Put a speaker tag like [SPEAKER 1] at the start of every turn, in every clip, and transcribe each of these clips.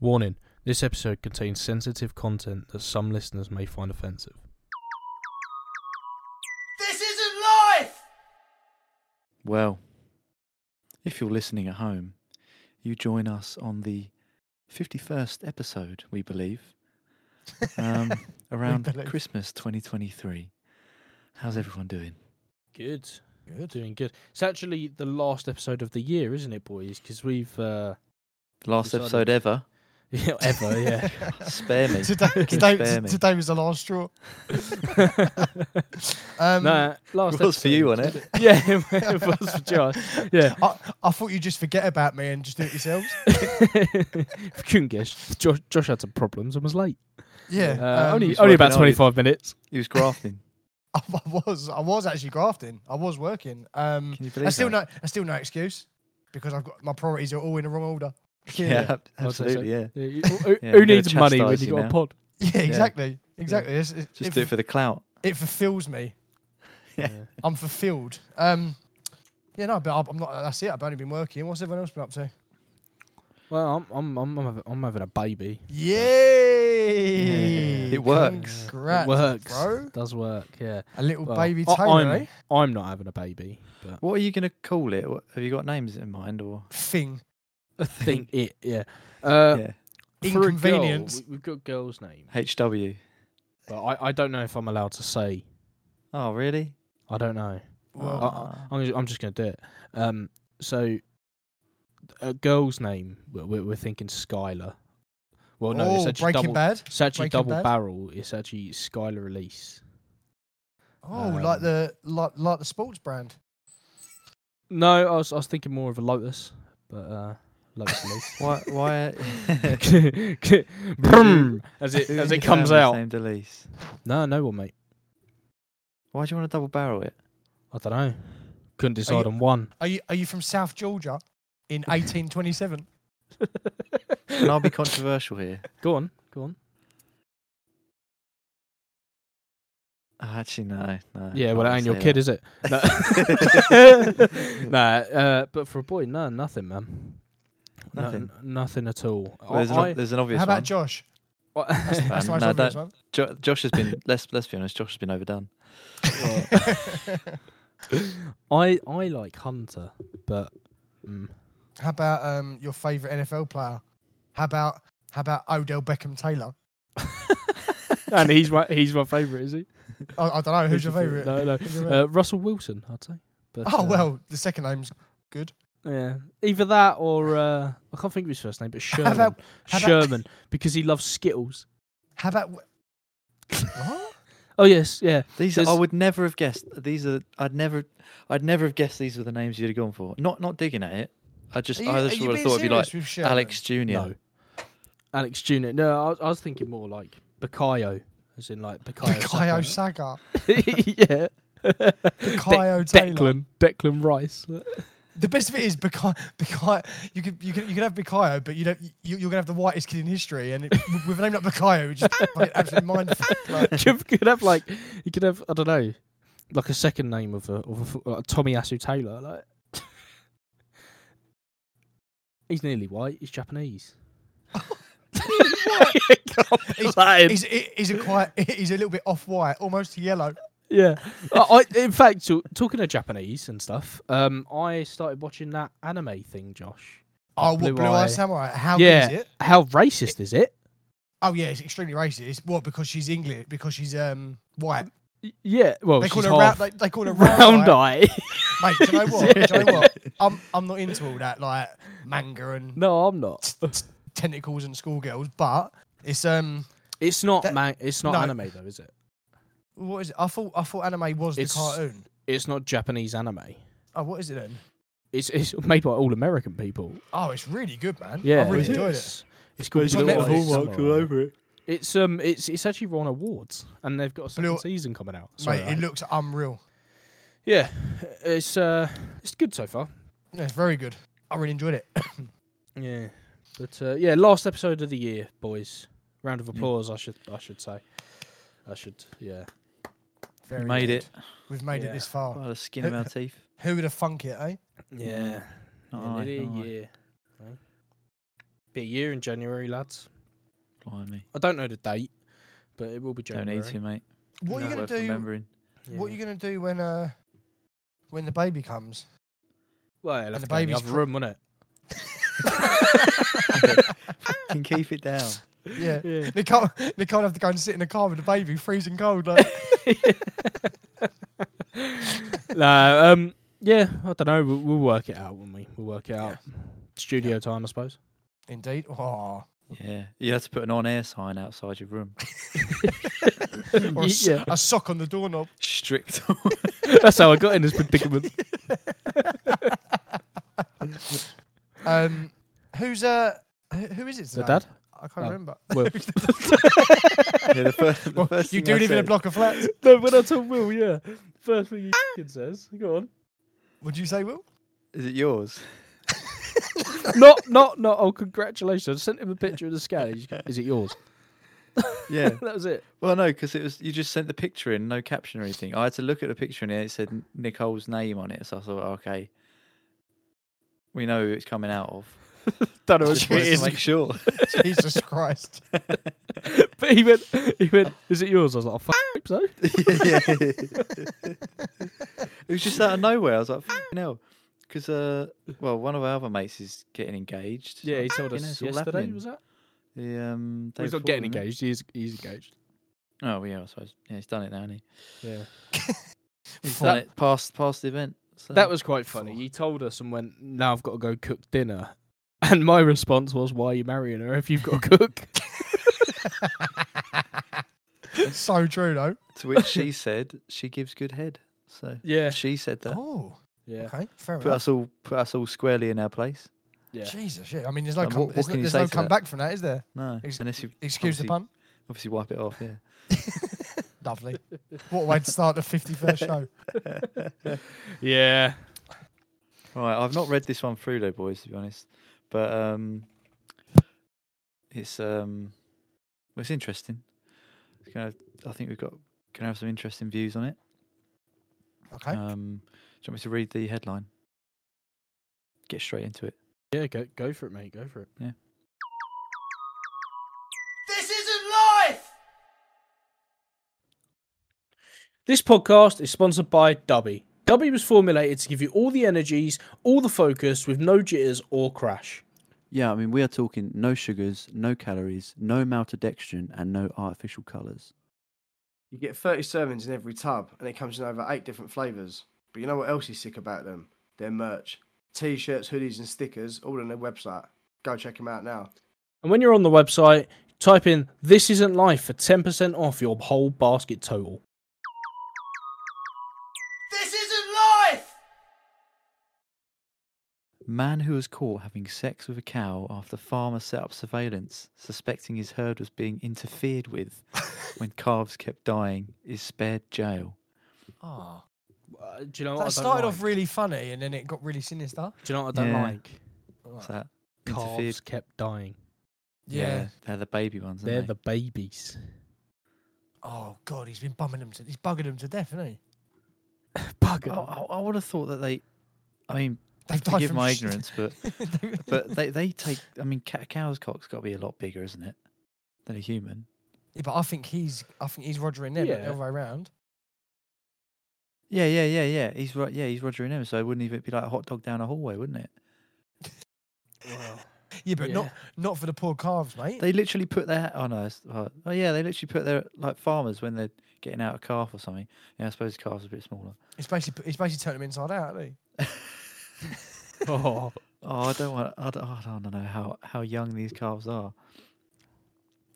[SPEAKER 1] Warning this episode contains sensitive content that some listeners may find offensive.
[SPEAKER 2] This isn't life!
[SPEAKER 3] Well, if you're listening at home, you join us on the 51st episode, we believe, um, around
[SPEAKER 2] believe.
[SPEAKER 3] Christmas 2023. How's everyone doing?
[SPEAKER 1] Good.
[SPEAKER 2] Good.
[SPEAKER 1] Doing good. It's actually the last episode of the year, isn't it, boys? Because we've. Uh,
[SPEAKER 3] Last
[SPEAKER 1] Decided.
[SPEAKER 3] episode ever.
[SPEAKER 1] yeah, ever, yeah.
[SPEAKER 3] Spare me.
[SPEAKER 2] today,
[SPEAKER 3] Spare
[SPEAKER 2] today,
[SPEAKER 3] me.
[SPEAKER 2] today was the last straw. Um,
[SPEAKER 1] nah, last
[SPEAKER 3] It was for you,
[SPEAKER 1] episode.
[SPEAKER 3] wasn't it?
[SPEAKER 1] Yeah, it was for Josh. Yeah.
[SPEAKER 2] I, I thought you'd just forget about me and just do it yourselves.
[SPEAKER 1] couldn't guess. Josh, Josh had some problems and was late.
[SPEAKER 2] Yeah.
[SPEAKER 1] Uh,
[SPEAKER 2] um,
[SPEAKER 1] only
[SPEAKER 3] he's
[SPEAKER 1] only about
[SPEAKER 3] working hard.
[SPEAKER 1] 25 minutes.
[SPEAKER 3] He was grafting.
[SPEAKER 2] I, um, I was I was actually grafting. I was working. Um,
[SPEAKER 3] Can you believe
[SPEAKER 2] I still
[SPEAKER 3] that?
[SPEAKER 2] no I still no excuse because I've got my priorities are all in the wrong order.
[SPEAKER 3] Yeah, ab-
[SPEAKER 1] I'd say so.
[SPEAKER 3] absolutely. Yeah.
[SPEAKER 1] Yeah, you- who
[SPEAKER 3] Yeah,
[SPEAKER 1] who
[SPEAKER 3] I'm gonna
[SPEAKER 1] needs money when
[SPEAKER 3] chastise
[SPEAKER 1] you
[SPEAKER 3] you
[SPEAKER 1] got a
[SPEAKER 3] now.
[SPEAKER 1] pod?
[SPEAKER 2] Yeah, exactly. Exactly. It's- It,
[SPEAKER 3] Just
[SPEAKER 2] it
[SPEAKER 3] do it for the clout.
[SPEAKER 2] it fulfills me.
[SPEAKER 3] Yeah.
[SPEAKER 2] I'm fulfilled. Um, yeah, no, but I'm- I'm not. That's it. I've only been working. What's everyone else been up to?
[SPEAKER 1] Well, I'm, I'm, I'm, I'm, having, I'm having a baby.
[SPEAKER 2] Yay!
[SPEAKER 3] It works.
[SPEAKER 2] Congrats,
[SPEAKER 1] it works.
[SPEAKER 2] bro.
[SPEAKER 1] Does work, yeah.
[SPEAKER 2] A little
[SPEAKER 1] Well,
[SPEAKER 2] baby
[SPEAKER 1] I-
[SPEAKER 2] Taylor,
[SPEAKER 1] I'm,
[SPEAKER 2] eh?
[SPEAKER 1] I'm not having a baby, but
[SPEAKER 3] What are you going to call it? What, have you got names in mind or?
[SPEAKER 2] Thing.
[SPEAKER 1] I think it, yeah. Uh,
[SPEAKER 3] yeah.
[SPEAKER 1] for a girl,
[SPEAKER 2] Inconvenience.
[SPEAKER 1] we- we've got girl's name,
[SPEAKER 3] HW.
[SPEAKER 1] but I, I don't know if I'm allowed to say.
[SPEAKER 3] Oh, really? Ah.
[SPEAKER 1] I don't know.
[SPEAKER 3] Uh,
[SPEAKER 2] Well,
[SPEAKER 1] I- I, I'm, ju- I'm just going to do it. Um, so, a girl's name, we're, we're, we're thinking Skylar. Well, no, it's
[SPEAKER 2] oh,
[SPEAKER 1] actually
[SPEAKER 2] Breaking
[SPEAKER 1] double,
[SPEAKER 2] Bad.
[SPEAKER 1] It's actually
[SPEAKER 2] Breaking
[SPEAKER 1] double
[SPEAKER 2] Bad?
[SPEAKER 1] barrel. It's actually Skylar Elise.
[SPEAKER 2] Oh, like
[SPEAKER 1] Um,
[SPEAKER 2] the like, like the sports brand.
[SPEAKER 1] No, I was, I was thinking more of a Lotus, but uh, Lotus Elise.
[SPEAKER 3] Why? Why?
[SPEAKER 1] Brum, as it
[SPEAKER 3] who
[SPEAKER 1] as
[SPEAKER 3] in
[SPEAKER 1] it
[SPEAKER 3] your
[SPEAKER 1] comes
[SPEAKER 3] family's
[SPEAKER 1] out.
[SPEAKER 3] Named Elise.
[SPEAKER 1] No, no one, mate.
[SPEAKER 3] Why do you want to double barrel it?
[SPEAKER 1] I don't know. Couldn't decide on one.
[SPEAKER 2] Are you are you from South Georgia in 1827?
[SPEAKER 3] And I'll be controversial here.
[SPEAKER 1] Go on, go on.
[SPEAKER 3] Oh, actually, no, no.
[SPEAKER 1] Yeah,
[SPEAKER 3] I
[SPEAKER 1] well, it
[SPEAKER 3] wouldn't
[SPEAKER 1] ain't your
[SPEAKER 3] say
[SPEAKER 1] kid,
[SPEAKER 3] that.
[SPEAKER 1] is it? No. nah, uh, but for a boy, no, nothing, man. No-
[SPEAKER 3] Nothing.
[SPEAKER 1] n- nothing at all.
[SPEAKER 3] Well, there's, an,
[SPEAKER 1] I-
[SPEAKER 3] ob- there's an obvious
[SPEAKER 2] How about
[SPEAKER 3] one.
[SPEAKER 2] Josh?
[SPEAKER 1] I-
[SPEAKER 2] That's the
[SPEAKER 3] Um,
[SPEAKER 2] most
[SPEAKER 3] no,
[SPEAKER 2] obvious
[SPEAKER 3] that-
[SPEAKER 2] one.
[SPEAKER 3] Jo- Josh has been. let's let's be honest. Josh has been overdone.
[SPEAKER 1] I I like Hunter, but mm,
[SPEAKER 2] How about um your favorite NFL player? How about how about Odell Beckham Taylor?
[SPEAKER 1] and he's my he's my favourite, is he?
[SPEAKER 2] I, I don't know who's your favorite.
[SPEAKER 1] No, no.
[SPEAKER 2] Who's your favourite?
[SPEAKER 1] Uh, Russell Wilson, I'd say. But,
[SPEAKER 2] oh
[SPEAKER 1] uh,
[SPEAKER 2] well, the second name's
[SPEAKER 1] Yeah, either that or uh, I can't think of his first name, but Sherman.
[SPEAKER 2] about- how about-
[SPEAKER 1] Sherman, because he loves Skittles.
[SPEAKER 2] How about what?
[SPEAKER 1] Oh yes, yeah.
[SPEAKER 3] These are, I
[SPEAKER 1] There's-
[SPEAKER 3] would never have guessed. These are. I'd never. I'd never have guessed these were the names you'd have gone for. Not not digging at it. I just. I just would have thought it'd be like Alex Junior.
[SPEAKER 1] No, Alex Junior. No, I was, I was thinking more like Bakayo, as in like Bakayo.
[SPEAKER 2] Kyo
[SPEAKER 1] Saka.
[SPEAKER 2] Saga,
[SPEAKER 1] yeah.
[SPEAKER 2] Kyo Taylor.
[SPEAKER 1] Declan, Declan Rice.
[SPEAKER 2] The best of it is Bikayo. Bikayo you could you could you could have Bikayo, but you don't. You, you're gonna have the whitest kid in history, and it, with- with a name like Bikayo, it's just fucking absolute mind fuck, like,
[SPEAKER 1] you could have like, you could have I don't know, like a second name of a of a, fo- like Tommy Asu Taylor. Like, he's nearly white. He's Japanese.
[SPEAKER 2] He's-
[SPEAKER 1] Latin.
[SPEAKER 2] He's he- he's a quite he's a little bit off white, almost
[SPEAKER 1] Oh,
[SPEAKER 2] yellow.
[SPEAKER 1] yeah. I, I, in fact, to, talking of Japanese and stuff, um, I started watching that anime thing, Josh.
[SPEAKER 2] Oh, what
[SPEAKER 1] Blue
[SPEAKER 2] blue eye
[SPEAKER 1] eye.
[SPEAKER 2] samurai? How
[SPEAKER 1] Yeah.
[SPEAKER 2] good is it?
[SPEAKER 1] How racist is it?
[SPEAKER 2] Oh yeah, it's extremely racist. What? Because she's English? Because she's um white?
[SPEAKER 1] Y- Yeah. Well,
[SPEAKER 2] they,
[SPEAKER 1] she's
[SPEAKER 2] call
[SPEAKER 1] half
[SPEAKER 2] her round, they, they call her
[SPEAKER 1] round
[SPEAKER 2] round eye.
[SPEAKER 1] eye.
[SPEAKER 2] Mate, do you know what? Do you know what? I'm I'm not into all that like manga and
[SPEAKER 1] no, I'm not.
[SPEAKER 2] tentacles and schoolgirls, but it's um
[SPEAKER 1] It's not
[SPEAKER 2] That-
[SPEAKER 1] man. It's not
[SPEAKER 2] no.
[SPEAKER 1] anime though, is it?
[SPEAKER 2] what is it? I thought I thought anime was
[SPEAKER 1] It's-
[SPEAKER 2] the cartoon.
[SPEAKER 1] It's not Japanese anime.
[SPEAKER 2] Oh, what is it then?
[SPEAKER 1] It's it's made by all American people.
[SPEAKER 2] Oh, it's really good, man.
[SPEAKER 1] Yeah,
[SPEAKER 2] I really
[SPEAKER 1] it's,
[SPEAKER 2] enjoyed it.
[SPEAKER 1] it's, it's called
[SPEAKER 2] It's on
[SPEAKER 1] Blue
[SPEAKER 2] Netflix.
[SPEAKER 1] Eyes
[SPEAKER 2] Hallmark's
[SPEAKER 1] Samurai. It's um, it's it's actually won awards, and they've got a second
[SPEAKER 2] Blue-
[SPEAKER 1] season coming out. Sorry,
[SPEAKER 2] Mate,
[SPEAKER 1] Alex.
[SPEAKER 2] it looks unreal.
[SPEAKER 1] yeah, it's uh, it's good so far.
[SPEAKER 2] Yeah, it's very good. I really enjoyed it.
[SPEAKER 1] Yeah, but uh, yeah, last episode of the year, boys. Round of applause, I should I should say. I should, yeah.
[SPEAKER 2] Very
[SPEAKER 3] made
[SPEAKER 2] good.
[SPEAKER 3] it
[SPEAKER 2] We've made
[SPEAKER 1] Yeah.
[SPEAKER 2] it this far.
[SPEAKER 3] by Oh, the skin of our teeth.
[SPEAKER 2] Who would have thunk it, eh?
[SPEAKER 1] Yeah.
[SPEAKER 3] Not I,
[SPEAKER 1] nearly a
[SPEAKER 3] not I.
[SPEAKER 1] year. Be a year in January, lads.
[SPEAKER 3] Blimey.
[SPEAKER 1] I don't know the date, but it will be
[SPEAKER 3] Don't
[SPEAKER 1] January.
[SPEAKER 3] need to, mate.
[SPEAKER 2] What are
[SPEAKER 1] No,
[SPEAKER 2] you gonna
[SPEAKER 3] Worth
[SPEAKER 2] do?
[SPEAKER 3] remembering.
[SPEAKER 2] What are you gonna do when uh when the baby comes?
[SPEAKER 1] Well, it'll have
[SPEAKER 2] the
[SPEAKER 1] to go in the
[SPEAKER 2] baby's
[SPEAKER 1] other
[SPEAKER 2] pro-
[SPEAKER 1] room, won't it?
[SPEAKER 3] Can keep it down.
[SPEAKER 2] Yeah.
[SPEAKER 1] Yeah.
[SPEAKER 2] They can't, they can't have to go and sit in a car with a baby freezing cold. Like,
[SPEAKER 1] no, um, yeah, I don't know. We'll, we'll work it out, when we? We'll work it out. Studio time, I suppose.
[SPEAKER 2] Indeed. Oh.
[SPEAKER 3] Yeah. You have to put an on air sign outside your room.
[SPEAKER 2] Or a, s-
[SPEAKER 1] yeah,
[SPEAKER 2] a sock on the doorknob.
[SPEAKER 3] Strict.
[SPEAKER 1] that's how I got in this predicament.
[SPEAKER 2] Um, who's uh, who, who is it?
[SPEAKER 1] The
[SPEAKER 2] today?
[SPEAKER 1] dad?
[SPEAKER 2] I can't
[SPEAKER 1] Oh.
[SPEAKER 2] remember.
[SPEAKER 1] Well,
[SPEAKER 3] yeah, the first, the
[SPEAKER 2] Well,
[SPEAKER 3] first
[SPEAKER 2] you
[SPEAKER 3] thing
[SPEAKER 2] do
[SPEAKER 3] I
[SPEAKER 2] live in a
[SPEAKER 3] said-
[SPEAKER 2] block of flats.
[SPEAKER 1] no, when I told Will, yeah, first thing he says, go on.
[SPEAKER 2] Would you say, Will?
[SPEAKER 3] Is it yours?
[SPEAKER 1] Not, not, not. Oh, congratulations! I sent him a picture of the scan. He's- Is it yours?
[SPEAKER 3] Yeah.
[SPEAKER 1] That was it.
[SPEAKER 3] Well, no, because it was you just sent the picture in, no caption or anything. I had to look at the picture and it said N- Nicole's name on it, so I thought, "Oh, okay, we know who it's coming out of.
[SPEAKER 1] Don't know.
[SPEAKER 3] Just
[SPEAKER 1] what
[SPEAKER 3] wanted
[SPEAKER 1] it
[SPEAKER 3] to
[SPEAKER 1] is.
[SPEAKER 3] make sure.
[SPEAKER 2] Jesus Christ.
[SPEAKER 1] but he went, he went. Is it yours? I was like, I f- hope so.
[SPEAKER 3] yeah, yeah. it was just out of nowhere. I was like, "Fucking hell," because uh, well, one of our other mates is getting engaged.
[SPEAKER 1] Yeah, he told
[SPEAKER 3] You know,
[SPEAKER 1] us
[SPEAKER 3] it's all
[SPEAKER 1] yesterday.
[SPEAKER 3] happening.
[SPEAKER 1] Was that?
[SPEAKER 3] The um, day
[SPEAKER 1] he's not
[SPEAKER 3] before,
[SPEAKER 1] getting
[SPEAKER 3] wasn't it?
[SPEAKER 1] engaged. He's he's engaged.
[SPEAKER 3] Oh, yeah, I suppose. Yeah, he's done it now. Hasn't he?
[SPEAKER 1] Yeah.
[SPEAKER 3] He's
[SPEAKER 1] That-
[SPEAKER 3] done it past past the event. So.
[SPEAKER 1] That was quite funny. He told us and went, now I've got to go cook dinner. And my response was, why are you marrying her if you've got to cook?
[SPEAKER 2] so true, though.
[SPEAKER 3] to which she said she gives good head. So
[SPEAKER 1] yeah.
[SPEAKER 3] she said that.
[SPEAKER 2] Oh,
[SPEAKER 1] Yeah.
[SPEAKER 2] okay. Fair
[SPEAKER 3] Put
[SPEAKER 2] enough.
[SPEAKER 3] us all put us all squarely in our place.
[SPEAKER 1] Yeah.
[SPEAKER 2] Jesus, yeah. I mean, there's no,
[SPEAKER 3] Like,
[SPEAKER 2] come,
[SPEAKER 3] Um, what- what
[SPEAKER 2] there's,
[SPEAKER 3] can
[SPEAKER 2] no,
[SPEAKER 3] you
[SPEAKER 2] there's
[SPEAKER 3] say
[SPEAKER 2] no
[SPEAKER 3] to that?
[SPEAKER 2] comeback from that, is there?
[SPEAKER 3] No,
[SPEAKER 2] Ex-
[SPEAKER 3] unless you
[SPEAKER 2] Excuse the
[SPEAKER 3] obviously-
[SPEAKER 2] pun.
[SPEAKER 3] obviously wipe it off. Yeah.
[SPEAKER 2] Lovely. What a way to start the 51st show.
[SPEAKER 1] Yeah.
[SPEAKER 3] Right, I've not read this one through though, boys, to be honest. But um it's um well, it's interesting. It's gonna, I think we've got gonna have some interesting views on it.
[SPEAKER 2] Okay.
[SPEAKER 3] Um do you want me to read the headline? Get straight into it.
[SPEAKER 1] Yeah, go go for it, mate. Go for it.
[SPEAKER 4] This isn't life!
[SPEAKER 1] This podcast is sponsored by Dubby. Dubby was formulated to give you all the energies, all the focus, with no jitters or crash.
[SPEAKER 3] Yeah, I mean we are talking no sugars, no calories, no maltodextrin and no artificial colours.
[SPEAKER 4] You get 30 servings in every tub, and it comes in over eight different flavours. But you know what else is sick about them? Their merch. T shirts, hoodies, and stickers, all on their website. Go check them out now.
[SPEAKER 1] And when you're on the website, type in This Isn't Life for 10% off your whole basket total.
[SPEAKER 4] This isn't life!
[SPEAKER 3] Man who was caught having sex with a cow after farmer set up surveillance, suspecting his herd was being interfered with when calves kept dying, is spared jail.
[SPEAKER 2] Ah.
[SPEAKER 1] Uh, do you know what
[SPEAKER 2] That
[SPEAKER 1] I don't
[SPEAKER 2] started
[SPEAKER 1] like?
[SPEAKER 2] off really funny and then it got really sinister.
[SPEAKER 1] do you know what I don't
[SPEAKER 3] Yeah.
[SPEAKER 1] like?
[SPEAKER 3] What's that?
[SPEAKER 1] Calves kept dying.
[SPEAKER 2] Yeah.
[SPEAKER 3] They're the baby ones, aren't
[SPEAKER 1] They're
[SPEAKER 3] they?
[SPEAKER 1] the babies.
[SPEAKER 2] Oh God, he's been bumming them to he's bugging them to death, isn't he?
[SPEAKER 1] Bugger.
[SPEAKER 3] I, I, I would have thought that they. I mean,
[SPEAKER 2] They've died
[SPEAKER 3] forgive
[SPEAKER 2] from
[SPEAKER 3] my
[SPEAKER 2] shit.
[SPEAKER 3] ignorance, but but they, they take. I mean, ca- cow's cock's got to be a lot bigger, isn't it, than a human?
[SPEAKER 2] Yeah, but I think he's I think he's Rogering them but
[SPEAKER 1] Yeah.
[SPEAKER 2] the other way around.
[SPEAKER 3] Yeah, yeah, yeah, yeah. He's right. Yeah, he's Roger and him, so it wouldn't even be like a hot dog down a hallway, wouldn't it?
[SPEAKER 2] Yeah, but not not for the poor calves, mate.
[SPEAKER 3] They literally put their oh no, it's- oh oh, yeah, they literally put their like farmers when they're getting out a calf or something. Yeah, I suppose calves are a bit smaller.
[SPEAKER 2] It's basically it's basically turned them inside out, isn't
[SPEAKER 1] Oh,
[SPEAKER 3] Oh, I don't want. I don't, I don't know how how young these calves are.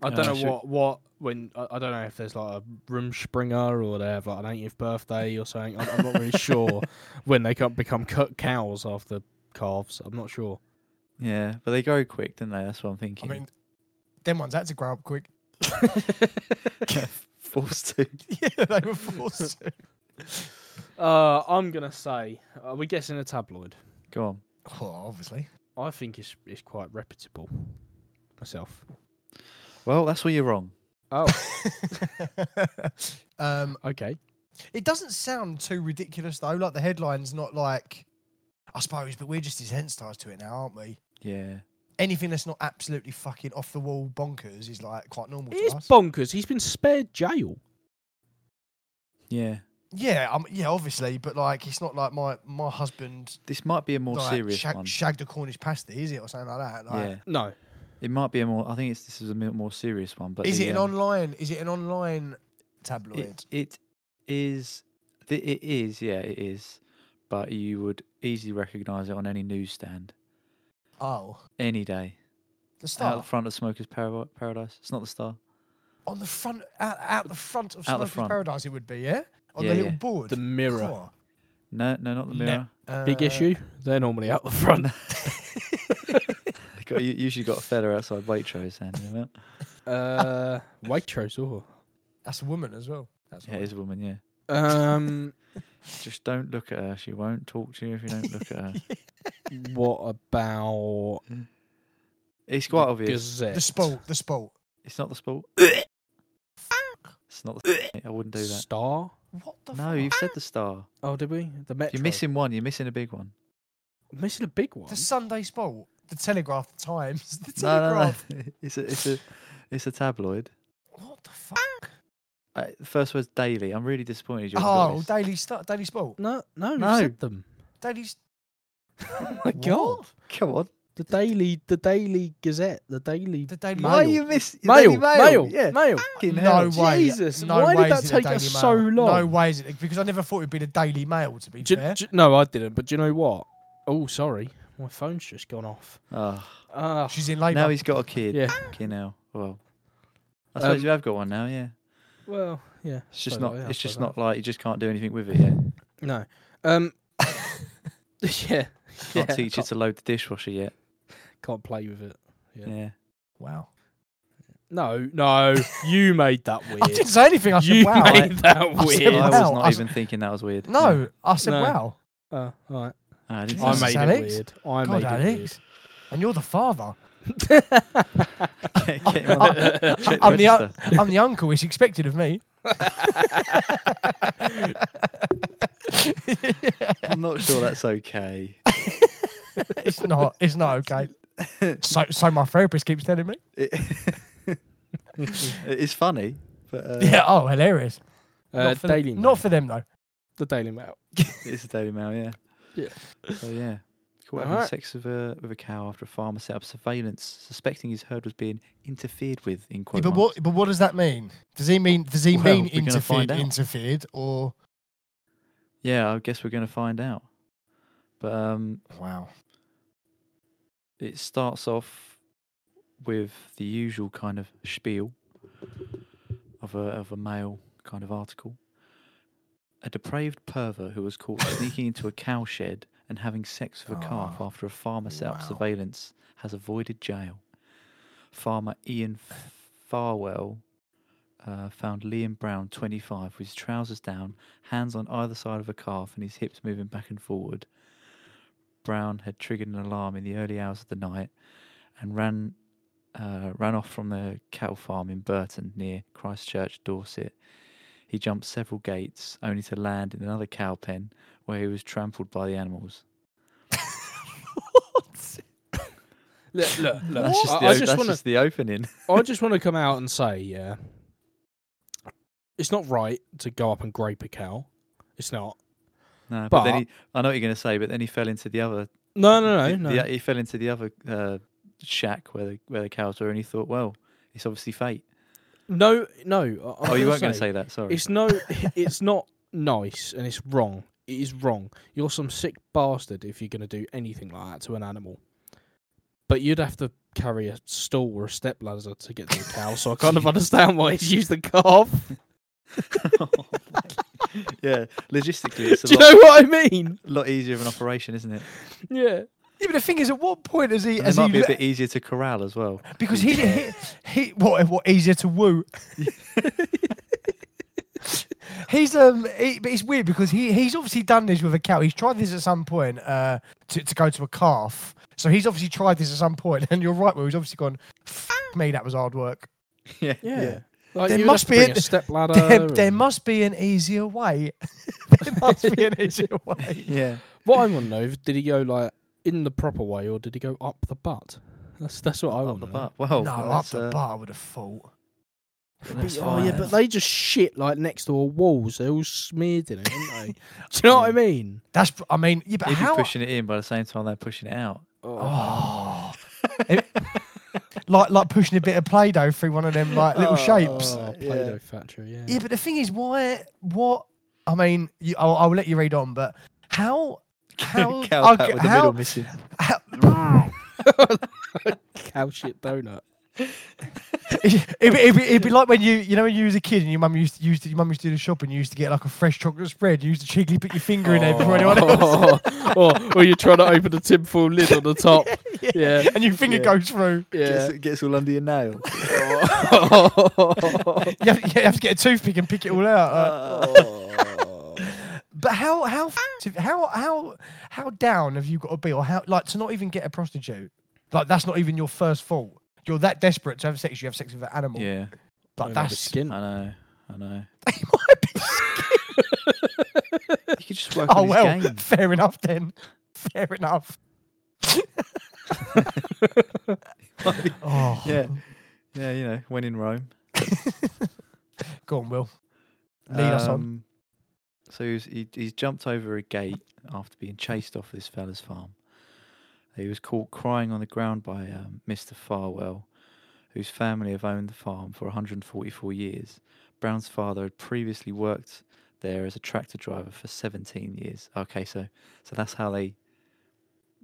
[SPEAKER 1] I
[SPEAKER 3] Yeah,
[SPEAKER 1] don't know
[SPEAKER 3] should-
[SPEAKER 1] what what when I, I don't know if there's like a room springer or they have like an 80th birthday or something. I'm, I'm not really sure when they can become cut cows after calves. I'm not sure.
[SPEAKER 3] Yeah, but they grow quick, don't they? That's what I'm
[SPEAKER 2] he? I
[SPEAKER 3] thinking.
[SPEAKER 2] mean them ones had to grow up quick.
[SPEAKER 3] forced to.
[SPEAKER 2] yeah, they were forced to.
[SPEAKER 1] Uh, I'm gonna say uh, we're guessing a tabloid.
[SPEAKER 3] Go on.
[SPEAKER 2] Well, obviously.
[SPEAKER 1] I think it's it's quite reputable myself.
[SPEAKER 3] Well, that's where you're wrong.
[SPEAKER 1] Oh,
[SPEAKER 2] um
[SPEAKER 1] okay.
[SPEAKER 2] it doesn't sound too ridiculous though, like the headline's not like I suppose, but we're just desensitized to it now, aren't we?
[SPEAKER 3] Yeah.
[SPEAKER 2] anything that's not absolutely fucking off the wall bonkers is like quite normal to
[SPEAKER 1] It's
[SPEAKER 2] us.
[SPEAKER 1] bonkers. He's been spared jail.
[SPEAKER 3] Yeah,
[SPEAKER 2] yeah, um, yeah, obviously, but like it's not like my my husband
[SPEAKER 3] this might be a more
[SPEAKER 2] like,
[SPEAKER 3] serious
[SPEAKER 2] shag-
[SPEAKER 3] one.
[SPEAKER 2] shagged a Cornish pasty, is it, or something like that? Like,
[SPEAKER 3] yeah,
[SPEAKER 1] No,
[SPEAKER 3] it might be a more. I think it's this is a mi- more serious one. But
[SPEAKER 2] is
[SPEAKER 3] the,
[SPEAKER 2] it an
[SPEAKER 3] um,
[SPEAKER 2] online? Is it an online tabloid?
[SPEAKER 3] It, it is. th- It is. Yeah, it is. But you would easily recognise it on any newsstand,
[SPEAKER 2] oh,
[SPEAKER 3] any day.
[SPEAKER 2] the
[SPEAKER 3] Out
[SPEAKER 2] star
[SPEAKER 3] the front of Smokers Parad- Paradise. It's not the star.
[SPEAKER 2] on the front, out, out the front of
[SPEAKER 3] Out the
[SPEAKER 2] Smoker's
[SPEAKER 3] front.
[SPEAKER 2] Paradise. It would be, yeah, on
[SPEAKER 3] Yeah,
[SPEAKER 2] the little
[SPEAKER 3] yeah.
[SPEAKER 2] board.
[SPEAKER 1] the mirror.
[SPEAKER 2] Cool.
[SPEAKER 3] No, no, not the
[SPEAKER 2] No.
[SPEAKER 3] mirror.
[SPEAKER 1] Big
[SPEAKER 2] Uh,
[SPEAKER 1] issue. They're normally out the front.
[SPEAKER 3] They got- you usually got a fella outside Waitrose handing them out.
[SPEAKER 1] Uh, Waitrose. Oh.
[SPEAKER 2] That's a woman as well. That's
[SPEAKER 3] Yeah, it is a woman. Yeah.
[SPEAKER 1] Um,
[SPEAKER 3] Just don't look at her. She won't talk to you if you don't look at her.
[SPEAKER 1] what about
[SPEAKER 3] It's quite obvious.
[SPEAKER 1] Gazette?
[SPEAKER 2] the sport. The sport.
[SPEAKER 3] It's not the sport. It's not the. mate, I wouldn't do that.
[SPEAKER 1] Star.
[SPEAKER 2] What the?
[SPEAKER 3] No,
[SPEAKER 2] fuck?
[SPEAKER 3] you've said the star.
[SPEAKER 1] Oh, did we? The
[SPEAKER 3] If
[SPEAKER 1] Metro.
[SPEAKER 3] you're missing one. You're missing a big one.
[SPEAKER 1] missing a big one.
[SPEAKER 2] the Sunday sport. The Telegraph, the Times, the
[SPEAKER 3] No, no,
[SPEAKER 2] Telegraph.
[SPEAKER 3] no. It's a, it's a, it's a tabloid.
[SPEAKER 2] What the fuck?
[SPEAKER 3] Uh, the first word's daily. I'm really disappointed. You haven't got
[SPEAKER 2] Oh,
[SPEAKER 3] this.
[SPEAKER 2] Daily Star, Daily Sport,
[SPEAKER 1] No, no, you
[SPEAKER 3] No.
[SPEAKER 1] said them.
[SPEAKER 2] Daily. S-
[SPEAKER 1] Oh my
[SPEAKER 2] What?
[SPEAKER 1] god.
[SPEAKER 3] come on.
[SPEAKER 1] The Daily, the Daily Gazette, the Daily,
[SPEAKER 2] The Daily.
[SPEAKER 1] Mail.
[SPEAKER 3] Why are you missing
[SPEAKER 1] Mail,
[SPEAKER 3] Daily Mail?
[SPEAKER 1] Mail,
[SPEAKER 3] Yeah.
[SPEAKER 1] Mail.
[SPEAKER 3] Fucking
[SPEAKER 2] No
[SPEAKER 3] hell.
[SPEAKER 2] way.
[SPEAKER 1] Jesus,
[SPEAKER 2] no
[SPEAKER 1] why did
[SPEAKER 2] way
[SPEAKER 1] that
[SPEAKER 2] is it the
[SPEAKER 1] take
[SPEAKER 2] Daily
[SPEAKER 1] us
[SPEAKER 2] Mail.
[SPEAKER 1] so
[SPEAKER 2] No
[SPEAKER 1] long?
[SPEAKER 2] way is it because I never thought it'd be the Daily Mail. To be
[SPEAKER 1] Do-
[SPEAKER 2] fair,
[SPEAKER 1] do- no, I didn't. But do you know what? Oh, sorry, my phone's just gone off.
[SPEAKER 3] Oh,
[SPEAKER 1] Ah,
[SPEAKER 2] she's in labour.
[SPEAKER 3] now he's got a kid.
[SPEAKER 1] yeah.
[SPEAKER 3] Fucking hell. Well, I suppose
[SPEAKER 1] Um,
[SPEAKER 3] you have got one now. Yeah.
[SPEAKER 1] Well, yeah.
[SPEAKER 3] It's just
[SPEAKER 1] suppose
[SPEAKER 3] not.
[SPEAKER 1] I- yeah,
[SPEAKER 3] it's
[SPEAKER 1] I
[SPEAKER 3] just
[SPEAKER 1] suppose
[SPEAKER 3] not like you just can't do anything with it. yet.
[SPEAKER 1] I- No. Um. yeah.
[SPEAKER 3] Can't
[SPEAKER 1] yeah,
[SPEAKER 3] teach you
[SPEAKER 1] can't,
[SPEAKER 3] to load the dishwasher yet.
[SPEAKER 1] can't play with it. Yeah.
[SPEAKER 3] Yeah.
[SPEAKER 2] wow.
[SPEAKER 1] No, no. you made that weird.
[SPEAKER 2] I didn't say anything. I said
[SPEAKER 1] you
[SPEAKER 2] wow.
[SPEAKER 1] made that
[SPEAKER 2] I
[SPEAKER 1] weird.
[SPEAKER 2] said
[SPEAKER 3] I was
[SPEAKER 2] Wow,
[SPEAKER 3] not
[SPEAKER 2] I-
[SPEAKER 3] even thinking that was weird.
[SPEAKER 2] no, I said
[SPEAKER 1] No.
[SPEAKER 2] wow.
[SPEAKER 1] Oh, all right.
[SPEAKER 3] I didn't.
[SPEAKER 1] I
[SPEAKER 2] Jesus,
[SPEAKER 1] made
[SPEAKER 2] Alex.
[SPEAKER 1] it weird. I
[SPEAKER 2] God,
[SPEAKER 1] made
[SPEAKER 2] Alex. And you're the father.
[SPEAKER 3] Get- get him on the-
[SPEAKER 1] it weird.
[SPEAKER 3] check
[SPEAKER 2] I'm the, un-
[SPEAKER 3] register.
[SPEAKER 2] I'm the uncle. It's expected of me.
[SPEAKER 3] I'm not sure that's okay.
[SPEAKER 2] It's not. It's not okay. So, so my therapist keeps telling me.
[SPEAKER 3] It- it's funny, but uh,
[SPEAKER 2] Yeah. Oh, hilarious.
[SPEAKER 1] uh,
[SPEAKER 2] not, for them,
[SPEAKER 1] Daily Mail.
[SPEAKER 2] not for them though.
[SPEAKER 1] the Daily Mail.
[SPEAKER 3] it's the Daily Mail. Yeah.
[SPEAKER 1] Yeah.
[SPEAKER 3] So yeah. Caught
[SPEAKER 1] All
[SPEAKER 3] having
[SPEAKER 1] right.
[SPEAKER 3] sex with a with a cow after a farmer set up surveillance, suspecting his herd was being interfered with. In
[SPEAKER 2] Yeah,
[SPEAKER 3] quote
[SPEAKER 2] but
[SPEAKER 3] marks.
[SPEAKER 2] what? But what does that mean? Does he mean? Does he
[SPEAKER 3] Well,
[SPEAKER 2] mean
[SPEAKER 3] we're gonna find
[SPEAKER 2] interfered?
[SPEAKER 3] out.
[SPEAKER 2] Interfered or?
[SPEAKER 3] Yeah, I guess we're gonna find out. But um,
[SPEAKER 2] Wow.
[SPEAKER 3] it starts off with the usual kind of spiel of a of a male kind of article. A depraved pervert who was caught sneaking into a cow shed and having sex with a calf
[SPEAKER 2] Oh,
[SPEAKER 3] after a farmer set up
[SPEAKER 2] wow.
[SPEAKER 3] surveillance has avoided jail. Farmer Ian Farwell uh, found Liam Brown, 25, with his trousers down, hands on either side of a calf, and his hips moving back and forward. Brown had triggered an alarm in the early hours of the night and ran uh, ran off from the cattle farm in Burton near Christchurch, Dorset. He jumped several gates, only to land in another cow pen where he was trampled by the animals.
[SPEAKER 1] Look, look, look.
[SPEAKER 3] That's just,
[SPEAKER 1] I,
[SPEAKER 3] the,
[SPEAKER 1] I
[SPEAKER 3] o-
[SPEAKER 1] just
[SPEAKER 3] that's
[SPEAKER 1] want to
[SPEAKER 3] just the opening.
[SPEAKER 1] I just want to come out and say, yeah, it's not right to go up and grape a cow. It's not.
[SPEAKER 3] No, but, then
[SPEAKER 1] But-
[SPEAKER 3] he, I know what you're going to say, but then he fell into the other.
[SPEAKER 1] No, no, no,
[SPEAKER 3] the-
[SPEAKER 1] no.
[SPEAKER 3] the- he fell into the other uh, shack where the where the cows were, and he thought, well, it's obviously fate.
[SPEAKER 1] no, no. I- I'm
[SPEAKER 3] oh, you
[SPEAKER 1] gonna
[SPEAKER 3] weren't going to say that. Sorry.
[SPEAKER 1] It's no. It's not nice, and it's wrong. It is wrong. You're some sick bastard if you're going to do anything like that to an animal. But you'd have to carry a stool or a stepladder to get to the cow, so I kind of understand why he's used the calf.
[SPEAKER 3] yeah, logistically, it's a
[SPEAKER 1] Do you
[SPEAKER 3] lot,
[SPEAKER 1] know what I mean?
[SPEAKER 3] lot easier of an operation, isn't it?
[SPEAKER 1] Yeah.
[SPEAKER 2] Yeah, but the thing is, at what point is
[SPEAKER 3] And
[SPEAKER 2] he?
[SPEAKER 3] it
[SPEAKER 2] As
[SPEAKER 3] might
[SPEAKER 2] he
[SPEAKER 3] be a
[SPEAKER 2] le-
[SPEAKER 3] bit easier to corral as well.
[SPEAKER 2] because he, he, he, what, what easier to woo? he's um, he, but it's weird because he he's obviously done this with a cow. He's tried this at some point uh to, to go to a calf. So he's obviously tried this at some point, and you're right. Where he's obviously gone. F me, that was hard work.
[SPEAKER 3] yeah,
[SPEAKER 1] Yeah. Like,
[SPEAKER 2] There
[SPEAKER 1] you'd have
[SPEAKER 2] must
[SPEAKER 1] to
[SPEAKER 2] be
[SPEAKER 1] bring
[SPEAKER 2] a-
[SPEAKER 1] a stepladder.
[SPEAKER 2] There, there
[SPEAKER 1] and-
[SPEAKER 2] must be an easier way. there must be an easier way.
[SPEAKER 3] yeah.
[SPEAKER 1] What I want to know is, did he go like in the proper way or did he go up the butt? That's that's what I
[SPEAKER 3] up
[SPEAKER 1] want.
[SPEAKER 3] the
[SPEAKER 1] to know.
[SPEAKER 3] butt. Well,
[SPEAKER 2] no,
[SPEAKER 3] well,
[SPEAKER 2] up
[SPEAKER 3] that's,
[SPEAKER 2] the
[SPEAKER 3] uh,
[SPEAKER 2] bar, I would have thought.
[SPEAKER 3] that's
[SPEAKER 1] oh yeah,
[SPEAKER 3] fine.
[SPEAKER 1] but they just shit like next to a wall, so they're all smeared in it, aren't they? Do you know what I mean?
[SPEAKER 2] That's. I mean, yeah, but
[SPEAKER 3] You'd
[SPEAKER 2] how?
[SPEAKER 3] be pushing it in, by the same time they're pushing it out.
[SPEAKER 2] Oh. It- like like pushing a bit of play-doh through one of them like little shapes.
[SPEAKER 1] Oh, Play-Doh factory. Yeah.
[SPEAKER 2] Yeah, but the thing is, why? What? I mean, you, I'll, I'll let you read on, but how? How?
[SPEAKER 3] Cow pat
[SPEAKER 2] okay,
[SPEAKER 3] with the
[SPEAKER 2] how,
[SPEAKER 3] middle missing.
[SPEAKER 2] how
[SPEAKER 1] Cow shit donut.
[SPEAKER 2] it'd, be, it'd, be, it'd be like when you, you know, when you was a kid and your mum used to, used to your mum used to do the shop and you used to get like a fresh chocolate spread. You used to cheekily put your finger in it before anyone else,
[SPEAKER 1] Oh, or, or you're trying to open the tinfoil lid on the top. Yeah.
[SPEAKER 2] and your finger
[SPEAKER 3] Yeah.
[SPEAKER 2] goes through.
[SPEAKER 1] Yeah.
[SPEAKER 3] Gets, gets all under your nail.
[SPEAKER 2] You have, you have to get a toothpick and pick it all out. like-
[SPEAKER 3] Oh.
[SPEAKER 2] But how how f- how how how down have you got to be, or how like to not even get a prostitute? Like that's not even your first fault. You're that desperate to have sex, you have sex with an animal.
[SPEAKER 3] yeah,
[SPEAKER 2] like that's
[SPEAKER 3] I
[SPEAKER 1] skin.
[SPEAKER 3] know. I know.
[SPEAKER 2] It Hmm. might be-
[SPEAKER 3] You could just work
[SPEAKER 2] oh
[SPEAKER 3] on his
[SPEAKER 2] well,
[SPEAKER 3] game.
[SPEAKER 2] fair enough then. Fair enough. Oh,
[SPEAKER 3] yeah, yeah. You know, when in Rome.
[SPEAKER 2] go on, Will. Lead us on.
[SPEAKER 3] Um, So he's, he, he's jumped over a gate after being chased off this fella's farm. He was caught crying on the ground by um, Mr. Farwell, whose family have owned the farm for 144 years. Brown's father had previously worked there as a tractor driver for 17 years. Okay, so so that's how they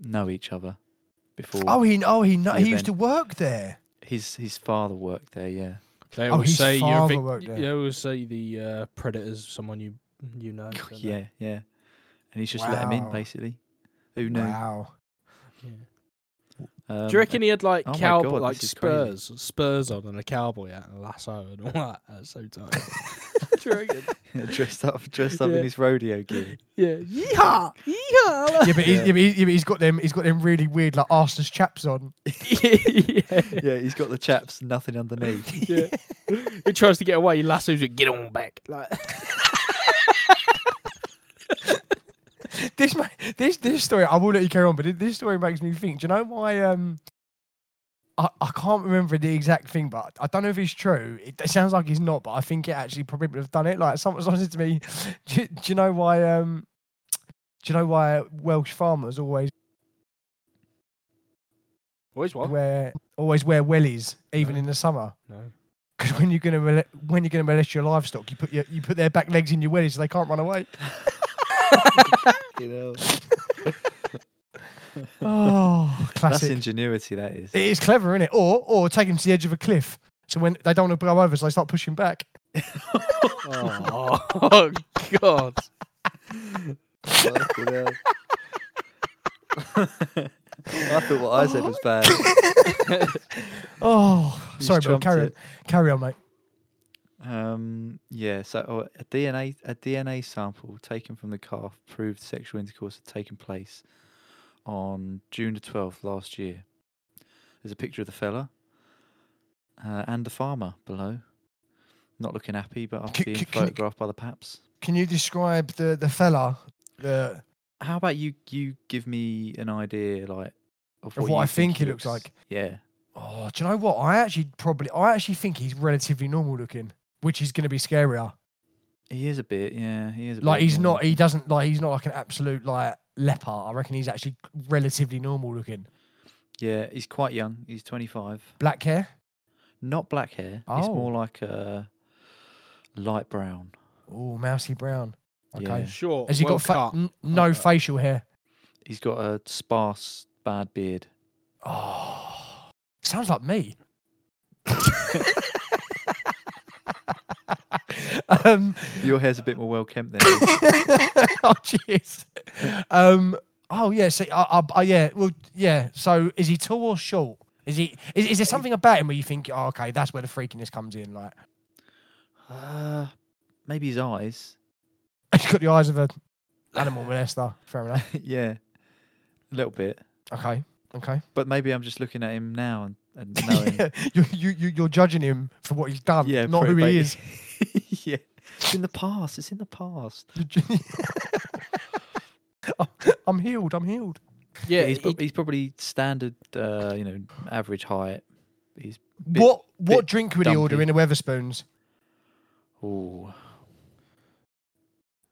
[SPEAKER 3] know each other. Before
[SPEAKER 2] Oh, he oh he kno-
[SPEAKER 3] the
[SPEAKER 2] he used
[SPEAKER 3] event.
[SPEAKER 2] to work there.
[SPEAKER 3] his his father worked there. Yeah.
[SPEAKER 1] They
[SPEAKER 2] Oh,
[SPEAKER 1] always
[SPEAKER 2] his
[SPEAKER 1] say you're a
[SPEAKER 2] father
[SPEAKER 1] vic-
[SPEAKER 2] worked there.
[SPEAKER 1] They always say the uh, predator's someone you you know. don't they?
[SPEAKER 3] Yeah, yeah. And he's just let him in
[SPEAKER 2] Wow.
[SPEAKER 3] basically. Who knew?
[SPEAKER 2] Wow.
[SPEAKER 1] Yeah.
[SPEAKER 3] Um,
[SPEAKER 1] Do you reckon he had like
[SPEAKER 3] oh my
[SPEAKER 1] cow
[SPEAKER 3] God,
[SPEAKER 1] like
[SPEAKER 3] this is crazy.
[SPEAKER 1] spurs spurs on and a cowboy hat and a lasso and all that? That's so tight. Do you reckon?
[SPEAKER 3] dressed up, dressed up
[SPEAKER 1] Yeah.
[SPEAKER 3] in his rodeo gear.
[SPEAKER 1] Yeah. Yeehaw! Yeehaw!
[SPEAKER 2] Yeah, but, he's,
[SPEAKER 3] Yeah.
[SPEAKER 2] yeah, but he, yeah, but he's got them. He's got them really weird, like Arsenal's chaps on.
[SPEAKER 1] yeah.
[SPEAKER 3] Yeah, he's got the chaps, nothing underneath.
[SPEAKER 1] yeah. he tries to get away. He lassos it. Get on back. Like,
[SPEAKER 2] this ma- this this story I will let you carry on, but thi- this story makes me think. Do you know why? Um, I, I can't remember the exact thing, but I don't know if it's true. It, it sounds like it's not, but I think it actually probably would have done it. Like someone someone said to me, do, you- do you know why? Um, do you know why Welsh farmers always
[SPEAKER 1] always what?
[SPEAKER 2] wear always wear wellies even
[SPEAKER 1] No.
[SPEAKER 2] in the summer?
[SPEAKER 1] No.
[SPEAKER 2] Because when you're gonna mole- when you're gonna molest your livestock, you put your, you put their back legs in your wellies so they can't run away.
[SPEAKER 3] you know,
[SPEAKER 2] Oh,
[SPEAKER 3] that's
[SPEAKER 2] classic.
[SPEAKER 3] ingenuity. That is.
[SPEAKER 2] It is clever, isn't it? Or or take him to the edge of a cliff. So when they don't want to go over, so they start pushing back.
[SPEAKER 1] Oh, oh, God.
[SPEAKER 3] Fucking hell. I thought what I said was bad.
[SPEAKER 2] Oh,
[SPEAKER 3] He's
[SPEAKER 2] sorry, Bill.
[SPEAKER 3] trumped
[SPEAKER 2] Carry on.
[SPEAKER 3] it.
[SPEAKER 2] carry on, mate.
[SPEAKER 3] Um, yeah. So oh, a DNA a DNA sample taken from the calf proved sexual intercourse had taken place on June the twelfth last year. There's a picture of the fella uh, and the farmer below, not looking happy, but after
[SPEAKER 2] C-
[SPEAKER 3] being
[SPEAKER 2] c- can you-
[SPEAKER 3] photographed by the paps.
[SPEAKER 2] Can you describe the the fella, the
[SPEAKER 3] How about you? You give me an idea, like of
[SPEAKER 2] Of
[SPEAKER 3] what,
[SPEAKER 2] what
[SPEAKER 3] you
[SPEAKER 2] I think he looks like.
[SPEAKER 3] Yeah.
[SPEAKER 2] Oh, do you know what? I actually probably I actually think he's relatively normal looking, which is going to be scarier.
[SPEAKER 3] He is a bit, yeah. He is a
[SPEAKER 2] Like
[SPEAKER 3] bit
[SPEAKER 2] he's
[SPEAKER 3] normal
[SPEAKER 2] not. He doesn't like. He's not like an absolute like leper. I reckon he's actually relatively normal looking.
[SPEAKER 3] Yeah, he's quite young. He's 25.
[SPEAKER 2] Black hair.
[SPEAKER 3] Not black hair. It's more like a light brown.
[SPEAKER 2] Oh, mousy brown. Okay.
[SPEAKER 3] Yeah.
[SPEAKER 1] Sure.
[SPEAKER 2] Has he
[SPEAKER 1] well
[SPEAKER 2] got fa-
[SPEAKER 1] cut.
[SPEAKER 2] n- no
[SPEAKER 1] Okay.
[SPEAKER 2] facial hair?
[SPEAKER 3] He's got a sparse, bad beard.
[SPEAKER 2] Oh, sounds like me. um,
[SPEAKER 3] Your hair's a bit more well kempt than
[SPEAKER 2] oh, jeez. Um, oh, yeah. See, I, I, I, yeah. Well, yeah. So, is he tall or short? Is he? Is, is there something about him where you think, oh, okay, that's where the freakiness comes in? Like,
[SPEAKER 3] uh, Maybe his eyes.
[SPEAKER 2] he's got the eyes of a animal molester. Fair enough.
[SPEAKER 3] yeah. A little bit.
[SPEAKER 2] Okay. Okay.
[SPEAKER 3] But maybe I'm just looking at him now and, and knowing.
[SPEAKER 2] Yeah, you, you, you, you're judging him for what he's done, not who
[SPEAKER 3] probably.
[SPEAKER 2] he is.
[SPEAKER 3] yeah. It's in the past. It's in the past.
[SPEAKER 2] I'm healed. I'm healed.
[SPEAKER 1] Yeah,
[SPEAKER 3] he's,
[SPEAKER 1] he-
[SPEAKER 3] prob- he's probably standard, uh, you know, average height. He's Bit-
[SPEAKER 2] what what
[SPEAKER 3] bit
[SPEAKER 2] drink would he order in
[SPEAKER 3] dumpy.
[SPEAKER 2] a Weatherspoons?
[SPEAKER 3] ooh,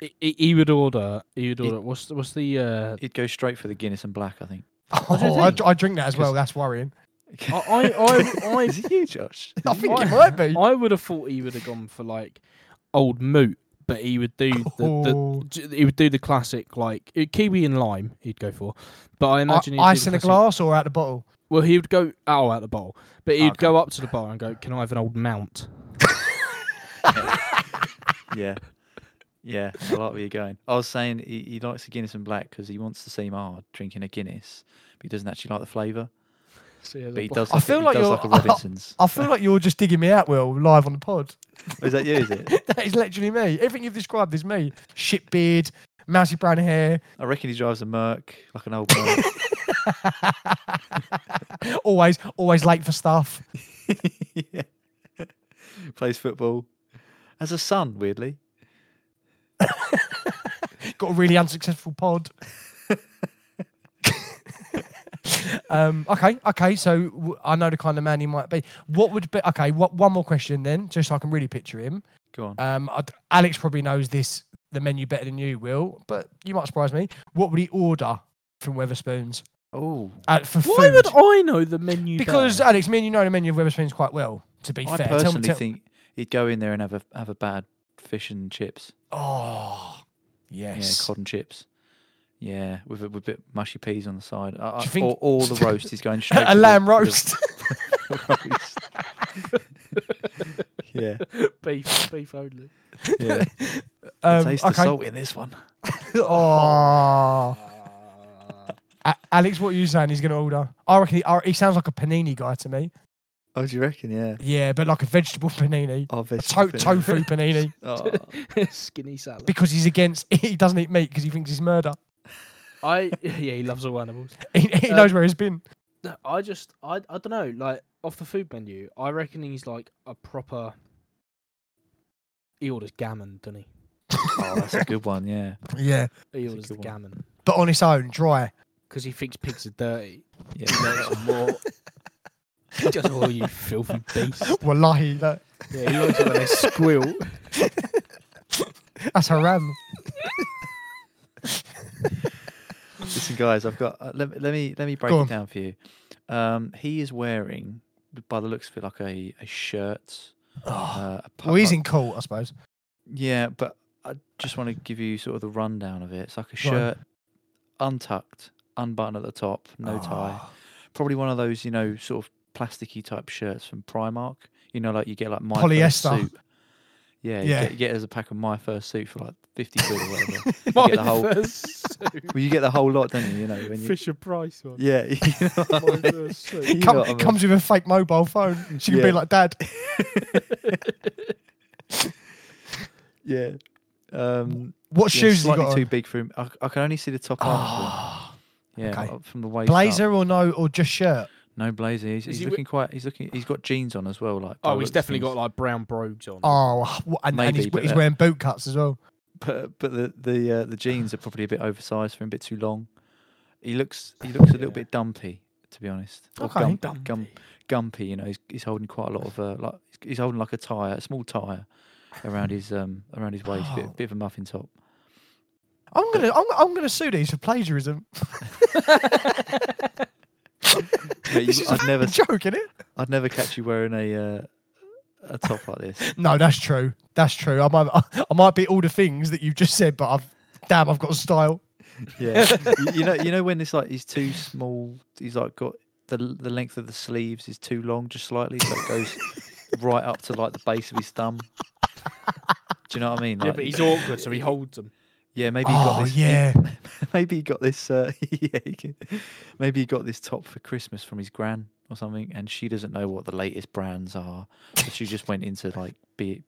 [SPEAKER 1] he, he, he would order. He would
[SPEAKER 3] He-
[SPEAKER 1] order. What's the, what's the? Uh,
[SPEAKER 3] he'd go straight for the Guinness and black. I think.
[SPEAKER 2] Oh, I, I drink that as well. That's worrying.
[SPEAKER 1] I I I, I,
[SPEAKER 3] Is it you, Josh?
[SPEAKER 2] I think
[SPEAKER 1] I-
[SPEAKER 2] it might be.
[SPEAKER 1] I would have thought he would have gone for like old moot, but he would do the,
[SPEAKER 2] Oh,
[SPEAKER 1] the j- he would do the classic like uh, kiwi and lime. He'd go for, but I
[SPEAKER 2] Oh. I-
[SPEAKER 1] imagine he'd do
[SPEAKER 2] ice
[SPEAKER 1] the
[SPEAKER 2] in a
[SPEAKER 1] classic-
[SPEAKER 2] glass or out the bottle?
[SPEAKER 1] Well, he would go oh out the bowl, but he'd
[SPEAKER 2] Okay.
[SPEAKER 1] go up to the bar and go, "Can I have an old mount?"
[SPEAKER 3] Yeah, yeah. I like where you're going. I was saying he, he likes the Guinness and black because he wants to seem hard drinking a Guinness, but he doesn't actually like the flavour. But he does.
[SPEAKER 2] I feel
[SPEAKER 3] he
[SPEAKER 2] like
[SPEAKER 3] does
[SPEAKER 2] you're-
[SPEAKER 3] like a Robinson's.
[SPEAKER 2] I feel like you're just digging me out, Will, live on the pod.
[SPEAKER 3] Is that you? Is it?
[SPEAKER 2] That is literally me. Everything you've described is me. Shit beard, mousy brown hair,
[SPEAKER 3] I reckon he drives a Merc, like an old Merc.
[SPEAKER 2] always always late for stuff.
[SPEAKER 3] yeah. Plays football. Has a son, weirdly.
[SPEAKER 2] Got a really unsuccessful pod. um, okay, okay. So w- I know the kind of man he might be. What would be okay? What one more question then, just so I can really picture him.
[SPEAKER 3] Go on.
[SPEAKER 2] Um, I'd- Alex probably knows this the menu better than you will, but you might surprise me. What would he order from Weatherspoons
[SPEAKER 3] Oh,
[SPEAKER 2] uh, for
[SPEAKER 1] Why
[SPEAKER 2] food?
[SPEAKER 1] would I know the menu?
[SPEAKER 2] Because
[SPEAKER 1] better?
[SPEAKER 2] Alex, me and you know the menu of Weatherspoons quite well. To be
[SPEAKER 3] I
[SPEAKER 2] fair,
[SPEAKER 3] personally
[SPEAKER 2] tell me, tell,
[SPEAKER 3] think he'd go in there and have a have a bad fish and chips.
[SPEAKER 2] Oh, yes.
[SPEAKER 3] Yeah, cod and chips. Yeah, with a, with a bit mushy peas on the side. I, I,
[SPEAKER 2] you think-
[SPEAKER 3] or, or the roast. He's going straight for
[SPEAKER 2] a
[SPEAKER 3] the-
[SPEAKER 2] lamb
[SPEAKER 3] for the
[SPEAKER 2] roast.
[SPEAKER 3] roast. yeah,
[SPEAKER 1] beef, beef only.
[SPEAKER 3] yeah.
[SPEAKER 2] Um,
[SPEAKER 3] Taste the salt in this one.
[SPEAKER 2] Oh.
[SPEAKER 3] Ah.
[SPEAKER 2] A- Alex, what are you saying? He's going to order. I reckon he, I- he sounds like a panini guy to me.
[SPEAKER 3] Oh, do you reckon? Yeah.
[SPEAKER 2] Yeah, but like a vegetable panini,
[SPEAKER 3] Oh,
[SPEAKER 2] a to- tofu panini.
[SPEAKER 1] Skinny salad.
[SPEAKER 2] Because he's against, he doesn't eat meat because he thinks it's murder.
[SPEAKER 1] I yeah, he loves all animals.
[SPEAKER 2] He, he
[SPEAKER 1] Uh,
[SPEAKER 2] knows where he's been.
[SPEAKER 1] No, I just I I don't know. Like off the food menu, I reckon he's like a proper. He orders gammon, doesn't
[SPEAKER 3] oh, that's a good one. Yeah.
[SPEAKER 2] Yeah,
[SPEAKER 1] he? He
[SPEAKER 3] a
[SPEAKER 1] orders the
[SPEAKER 3] good one.
[SPEAKER 1] gammon
[SPEAKER 2] but on his own, dry.
[SPEAKER 1] because he thinks pigs are dirty.
[SPEAKER 3] Yeah.
[SPEAKER 1] He likes them raw. just all you filthy beast.
[SPEAKER 2] Wallahi, that,
[SPEAKER 1] Yeah, he likes it when they squeal.
[SPEAKER 2] that's haram.
[SPEAKER 3] Listen, guys, I've got. Uh, let, let me let me break
[SPEAKER 2] Go
[SPEAKER 3] it
[SPEAKER 2] on.
[SPEAKER 3] down for you. Um, he is wearing, by the looks of it, like a a shirt.
[SPEAKER 2] Oh.
[SPEAKER 3] Uh, a pu-
[SPEAKER 2] Well, he's
[SPEAKER 3] uh,
[SPEAKER 2] in court, I suppose.
[SPEAKER 3] Yeah, but I just want to give you sort of the rundown of it. It's like a
[SPEAKER 2] Go on.
[SPEAKER 3] shirt, untucked, unbuttoned at the top, no
[SPEAKER 2] Ah.
[SPEAKER 3] tie. Probably one of those, you know, sort of plasticky type shirts from Primark. You know, like you get like my
[SPEAKER 2] Polyester.
[SPEAKER 3] First suit. Yeah, you
[SPEAKER 2] Yeah.
[SPEAKER 3] get, you get it as a pack of my first suit for like fifty quid or whatever.
[SPEAKER 1] My
[SPEAKER 3] get the whole-
[SPEAKER 1] first suit,
[SPEAKER 3] well, you get the whole lot, don't you? You know, when you,
[SPEAKER 1] Fisher Price one.
[SPEAKER 3] yeah, you know
[SPEAKER 1] My
[SPEAKER 3] what I mean?
[SPEAKER 1] first suit.
[SPEAKER 3] You know
[SPEAKER 2] Come,
[SPEAKER 3] what I mean?
[SPEAKER 2] Comes with a fake mobile phone. She can be
[SPEAKER 3] Yeah.
[SPEAKER 2] like, Dad,
[SPEAKER 3] Yeah. Um,
[SPEAKER 2] what
[SPEAKER 3] yeah,
[SPEAKER 2] shoes have you
[SPEAKER 3] slightly
[SPEAKER 2] got?
[SPEAKER 3] too
[SPEAKER 2] on?
[SPEAKER 3] big for him. I, I can only see the top
[SPEAKER 1] Ah,
[SPEAKER 3] half.
[SPEAKER 2] Oh.
[SPEAKER 3] of him. Yeah,
[SPEAKER 2] okay.
[SPEAKER 3] up from the waist. up.
[SPEAKER 2] blazer or no or just shirt
[SPEAKER 3] No blazer. He's,
[SPEAKER 1] Is
[SPEAKER 3] he's
[SPEAKER 1] he wi-
[SPEAKER 3] looking quite. He's looking. He's got jeans on as well. Like.
[SPEAKER 1] Oh,
[SPEAKER 3] by the looks
[SPEAKER 1] he's
[SPEAKER 3] of
[SPEAKER 1] definitely
[SPEAKER 3] things.
[SPEAKER 1] got like brown brogues on.
[SPEAKER 2] oh wh- and, and
[SPEAKER 3] Maybe,
[SPEAKER 2] he's,
[SPEAKER 3] but uh,
[SPEAKER 2] he's
[SPEAKER 3] that-
[SPEAKER 2] wearing boot cuts as well
[SPEAKER 3] But but the the uh, the jeans are probably a bit oversized for him, a bit too long. He looks he looks a little
[SPEAKER 1] Yeah.
[SPEAKER 3] bit dumpy, to be honest. Or
[SPEAKER 2] Okay.
[SPEAKER 3] gum-
[SPEAKER 1] Dumpy.
[SPEAKER 3] gum- gumpy. You know, he's he's holding quite a lot of uh, like he's holding like a tire, a small tire, around his um around his waist,
[SPEAKER 2] Oh.
[SPEAKER 3] bit, bit of a muffin top.
[SPEAKER 2] i'm gonna i'm, I'm gonna sue these for plagiarism
[SPEAKER 3] Yeah, you-
[SPEAKER 2] this is
[SPEAKER 3] I'd
[SPEAKER 2] a
[SPEAKER 3] never
[SPEAKER 2] never... joke is it
[SPEAKER 3] I'd never catch you wearing a uh, a top like this.
[SPEAKER 2] no that's true that's true i might i might be all the things that you've just said but i've damn i've got a style
[SPEAKER 3] Yeah, you, you know, you know when it's like he's too small. He's like got the l- the length of the sleeves is too long, just slightly, so it goes right up to like the base of his thumb. Do you know what I mean?
[SPEAKER 1] yeah,
[SPEAKER 3] Like,
[SPEAKER 1] but he's awkward, so he holds them.
[SPEAKER 3] yeah, maybe he got
[SPEAKER 2] oh
[SPEAKER 3] this. he-
[SPEAKER 2] yeah
[SPEAKER 3] maybe he got this. Uh, yeah, he can- maybe he got this top for Christmas from his gran or something, and she doesn't know what the latest brands are. So she just went into like B,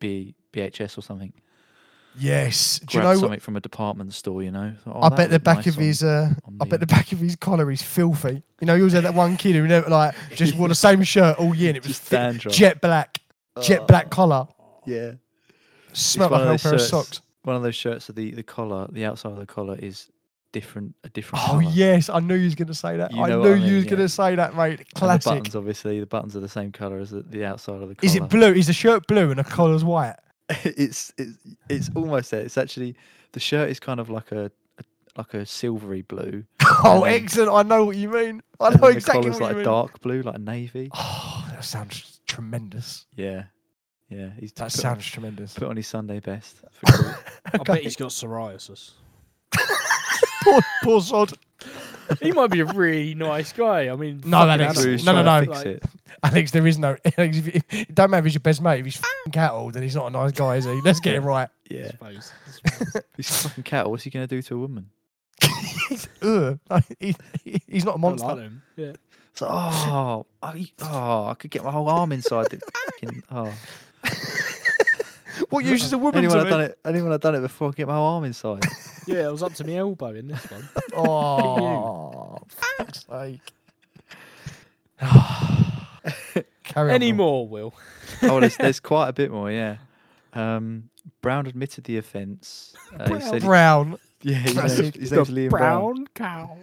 [SPEAKER 3] B, BHS or something.
[SPEAKER 2] yes do you
[SPEAKER 3] grabbed
[SPEAKER 2] know
[SPEAKER 3] something from a department store? You know. Thought, "Oh,
[SPEAKER 2] I
[SPEAKER 3] that
[SPEAKER 2] bet the
[SPEAKER 3] looked
[SPEAKER 2] back
[SPEAKER 3] nice
[SPEAKER 2] of
[SPEAKER 3] on-
[SPEAKER 2] his uh,
[SPEAKER 3] on
[SPEAKER 2] I bet
[SPEAKER 3] the-
[SPEAKER 2] the back of his collar is filthy. You know, he always had that one kid who never like just wore the same shirt all year and it was
[SPEAKER 3] Just
[SPEAKER 2] thi-
[SPEAKER 3] dandruff.
[SPEAKER 2] jet black, jet black collar,
[SPEAKER 3] Uh, Yeah.
[SPEAKER 2] smelled
[SPEAKER 3] one
[SPEAKER 2] like a
[SPEAKER 3] of those
[SPEAKER 2] whole pair of
[SPEAKER 3] shirts-
[SPEAKER 2] socks.
[SPEAKER 3] one of those shirts that the, the collar, the outside of the collar is different a different.
[SPEAKER 2] Oh
[SPEAKER 3] colour.
[SPEAKER 2] yes, I knew you was gonna say that.
[SPEAKER 3] You
[SPEAKER 2] I
[SPEAKER 3] know
[SPEAKER 2] knew
[SPEAKER 3] what I
[SPEAKER 2] you
[SPEAKER 3] mean,
[SPEAKER 2] was
[SPEAKER 3] yeah.
[SPEAKER 2] gonna say that, mate.
[SPEAKER 3] And the
[SPEAKER 2] Classic.
[SPEAKER 3] buttons, obviously, the buttons are the same color as the, the outside of the collar.
[SPEAKER 2] Is it blue? Is the shirt blue and the collar's white?
[SPEAKER 3] it's it's it's almost there. It's actually the shirt is kind of like a, a like a silvery blue.
[SPEAKER 2] Oh,
[SPEAKER 3] then-
[SPEAKER 2] excellent! I know what you mean. I
[SPEAKER 3] and
[SPEAKER 2] know
[SPEAKER 3] then the
[SPEAKER 2] exactly
[SPEAKER 3] collar's
[SPEAKER 2] what
[SPEAKER 3] like
[SPEAKER 2] you mean.
[SPEAKER 3] a dark blue, like navy.
[SPEAKER 2] Oh, that sounds tremendous.
[SPEAKER 3] Yeah, yeah. He's
[SPEAKER 2] That
[SPEAKER 3] put on-
[SPEAKER 2] sounds tremendous.
[SPEAKER 3] put on his Sunday best. For cool.
[SPEAKER 1] I bet he's got psoriasis.
[SPEAKER 2] poor, poor sod.
[SPEAKER 1] he might be a really nice guy. I mean,
[SPEAKER 2] No, that
[SPEAKER 1] fucking
[SPEAKER 2] ain't
[SPEAKER 1] animal.
[SPEAKER 2] true.
[SPEAKER 3] Drew's
[SPEAKER 2] No, no,
[SPEAKER 3] trying to
[SPEAKER 1] no.
[SPEAKER 3] fix
[SPEAKER 1] Like-
[SPEAKER 3] it.
[SPEAKER 2] Alex, there is no. Alex, if you, it don't matter if he's your best mate. If he's f***ing cattle, then he's not a nice guy, is he? Let's get it right.
[SPEAKER 1] I
[SPEAKER 3] Yeah,
[SPEAKER 1] suppose.
[SPEAKER 3] he's a fucking cattle. What's he gonna do to a woman?
[SPEAKER 2] he's, ugh, no, he, he- he's not a
[SPEAKER 1] Don't
[SPEAKER 2] monster.
[SPEAKER 1] like him. Yeah.
[SPEAKER 3] It's like, oh, I, oh, I could get my whole arm inside. The fucking, oh.
[SPEAKER 2] what use is a woman
[SPEAKER 3] Anyone
[SPEAKER 2] to
[SPEAKER 3] had
[SPEAKER 2] me?
[SPEAKER 3] done it? Anyone had done it before? I get my whole arm inside.
[SPEAKER 1] yeah, it was up to my elbow in this one.
[SPEAKER 2] Oh, fuck's sake. Carry on,
[SPEAKER 1] Any
[SPEAKER 2] Will.
[SPEAKER 1] more, Will?
[SPEAKER 3] oh, there's, there's quite a bit more. Yeah. Um, Brown admitted the offence. Uh, he said, he-
[SPEAKER 2] Brown.
[SPEAKER 3] yeah, his name's,
[SPEAKER 2] Classic.
[SPEAKER 3] his name's Liam Brown.
[SPEAKER 1] cow.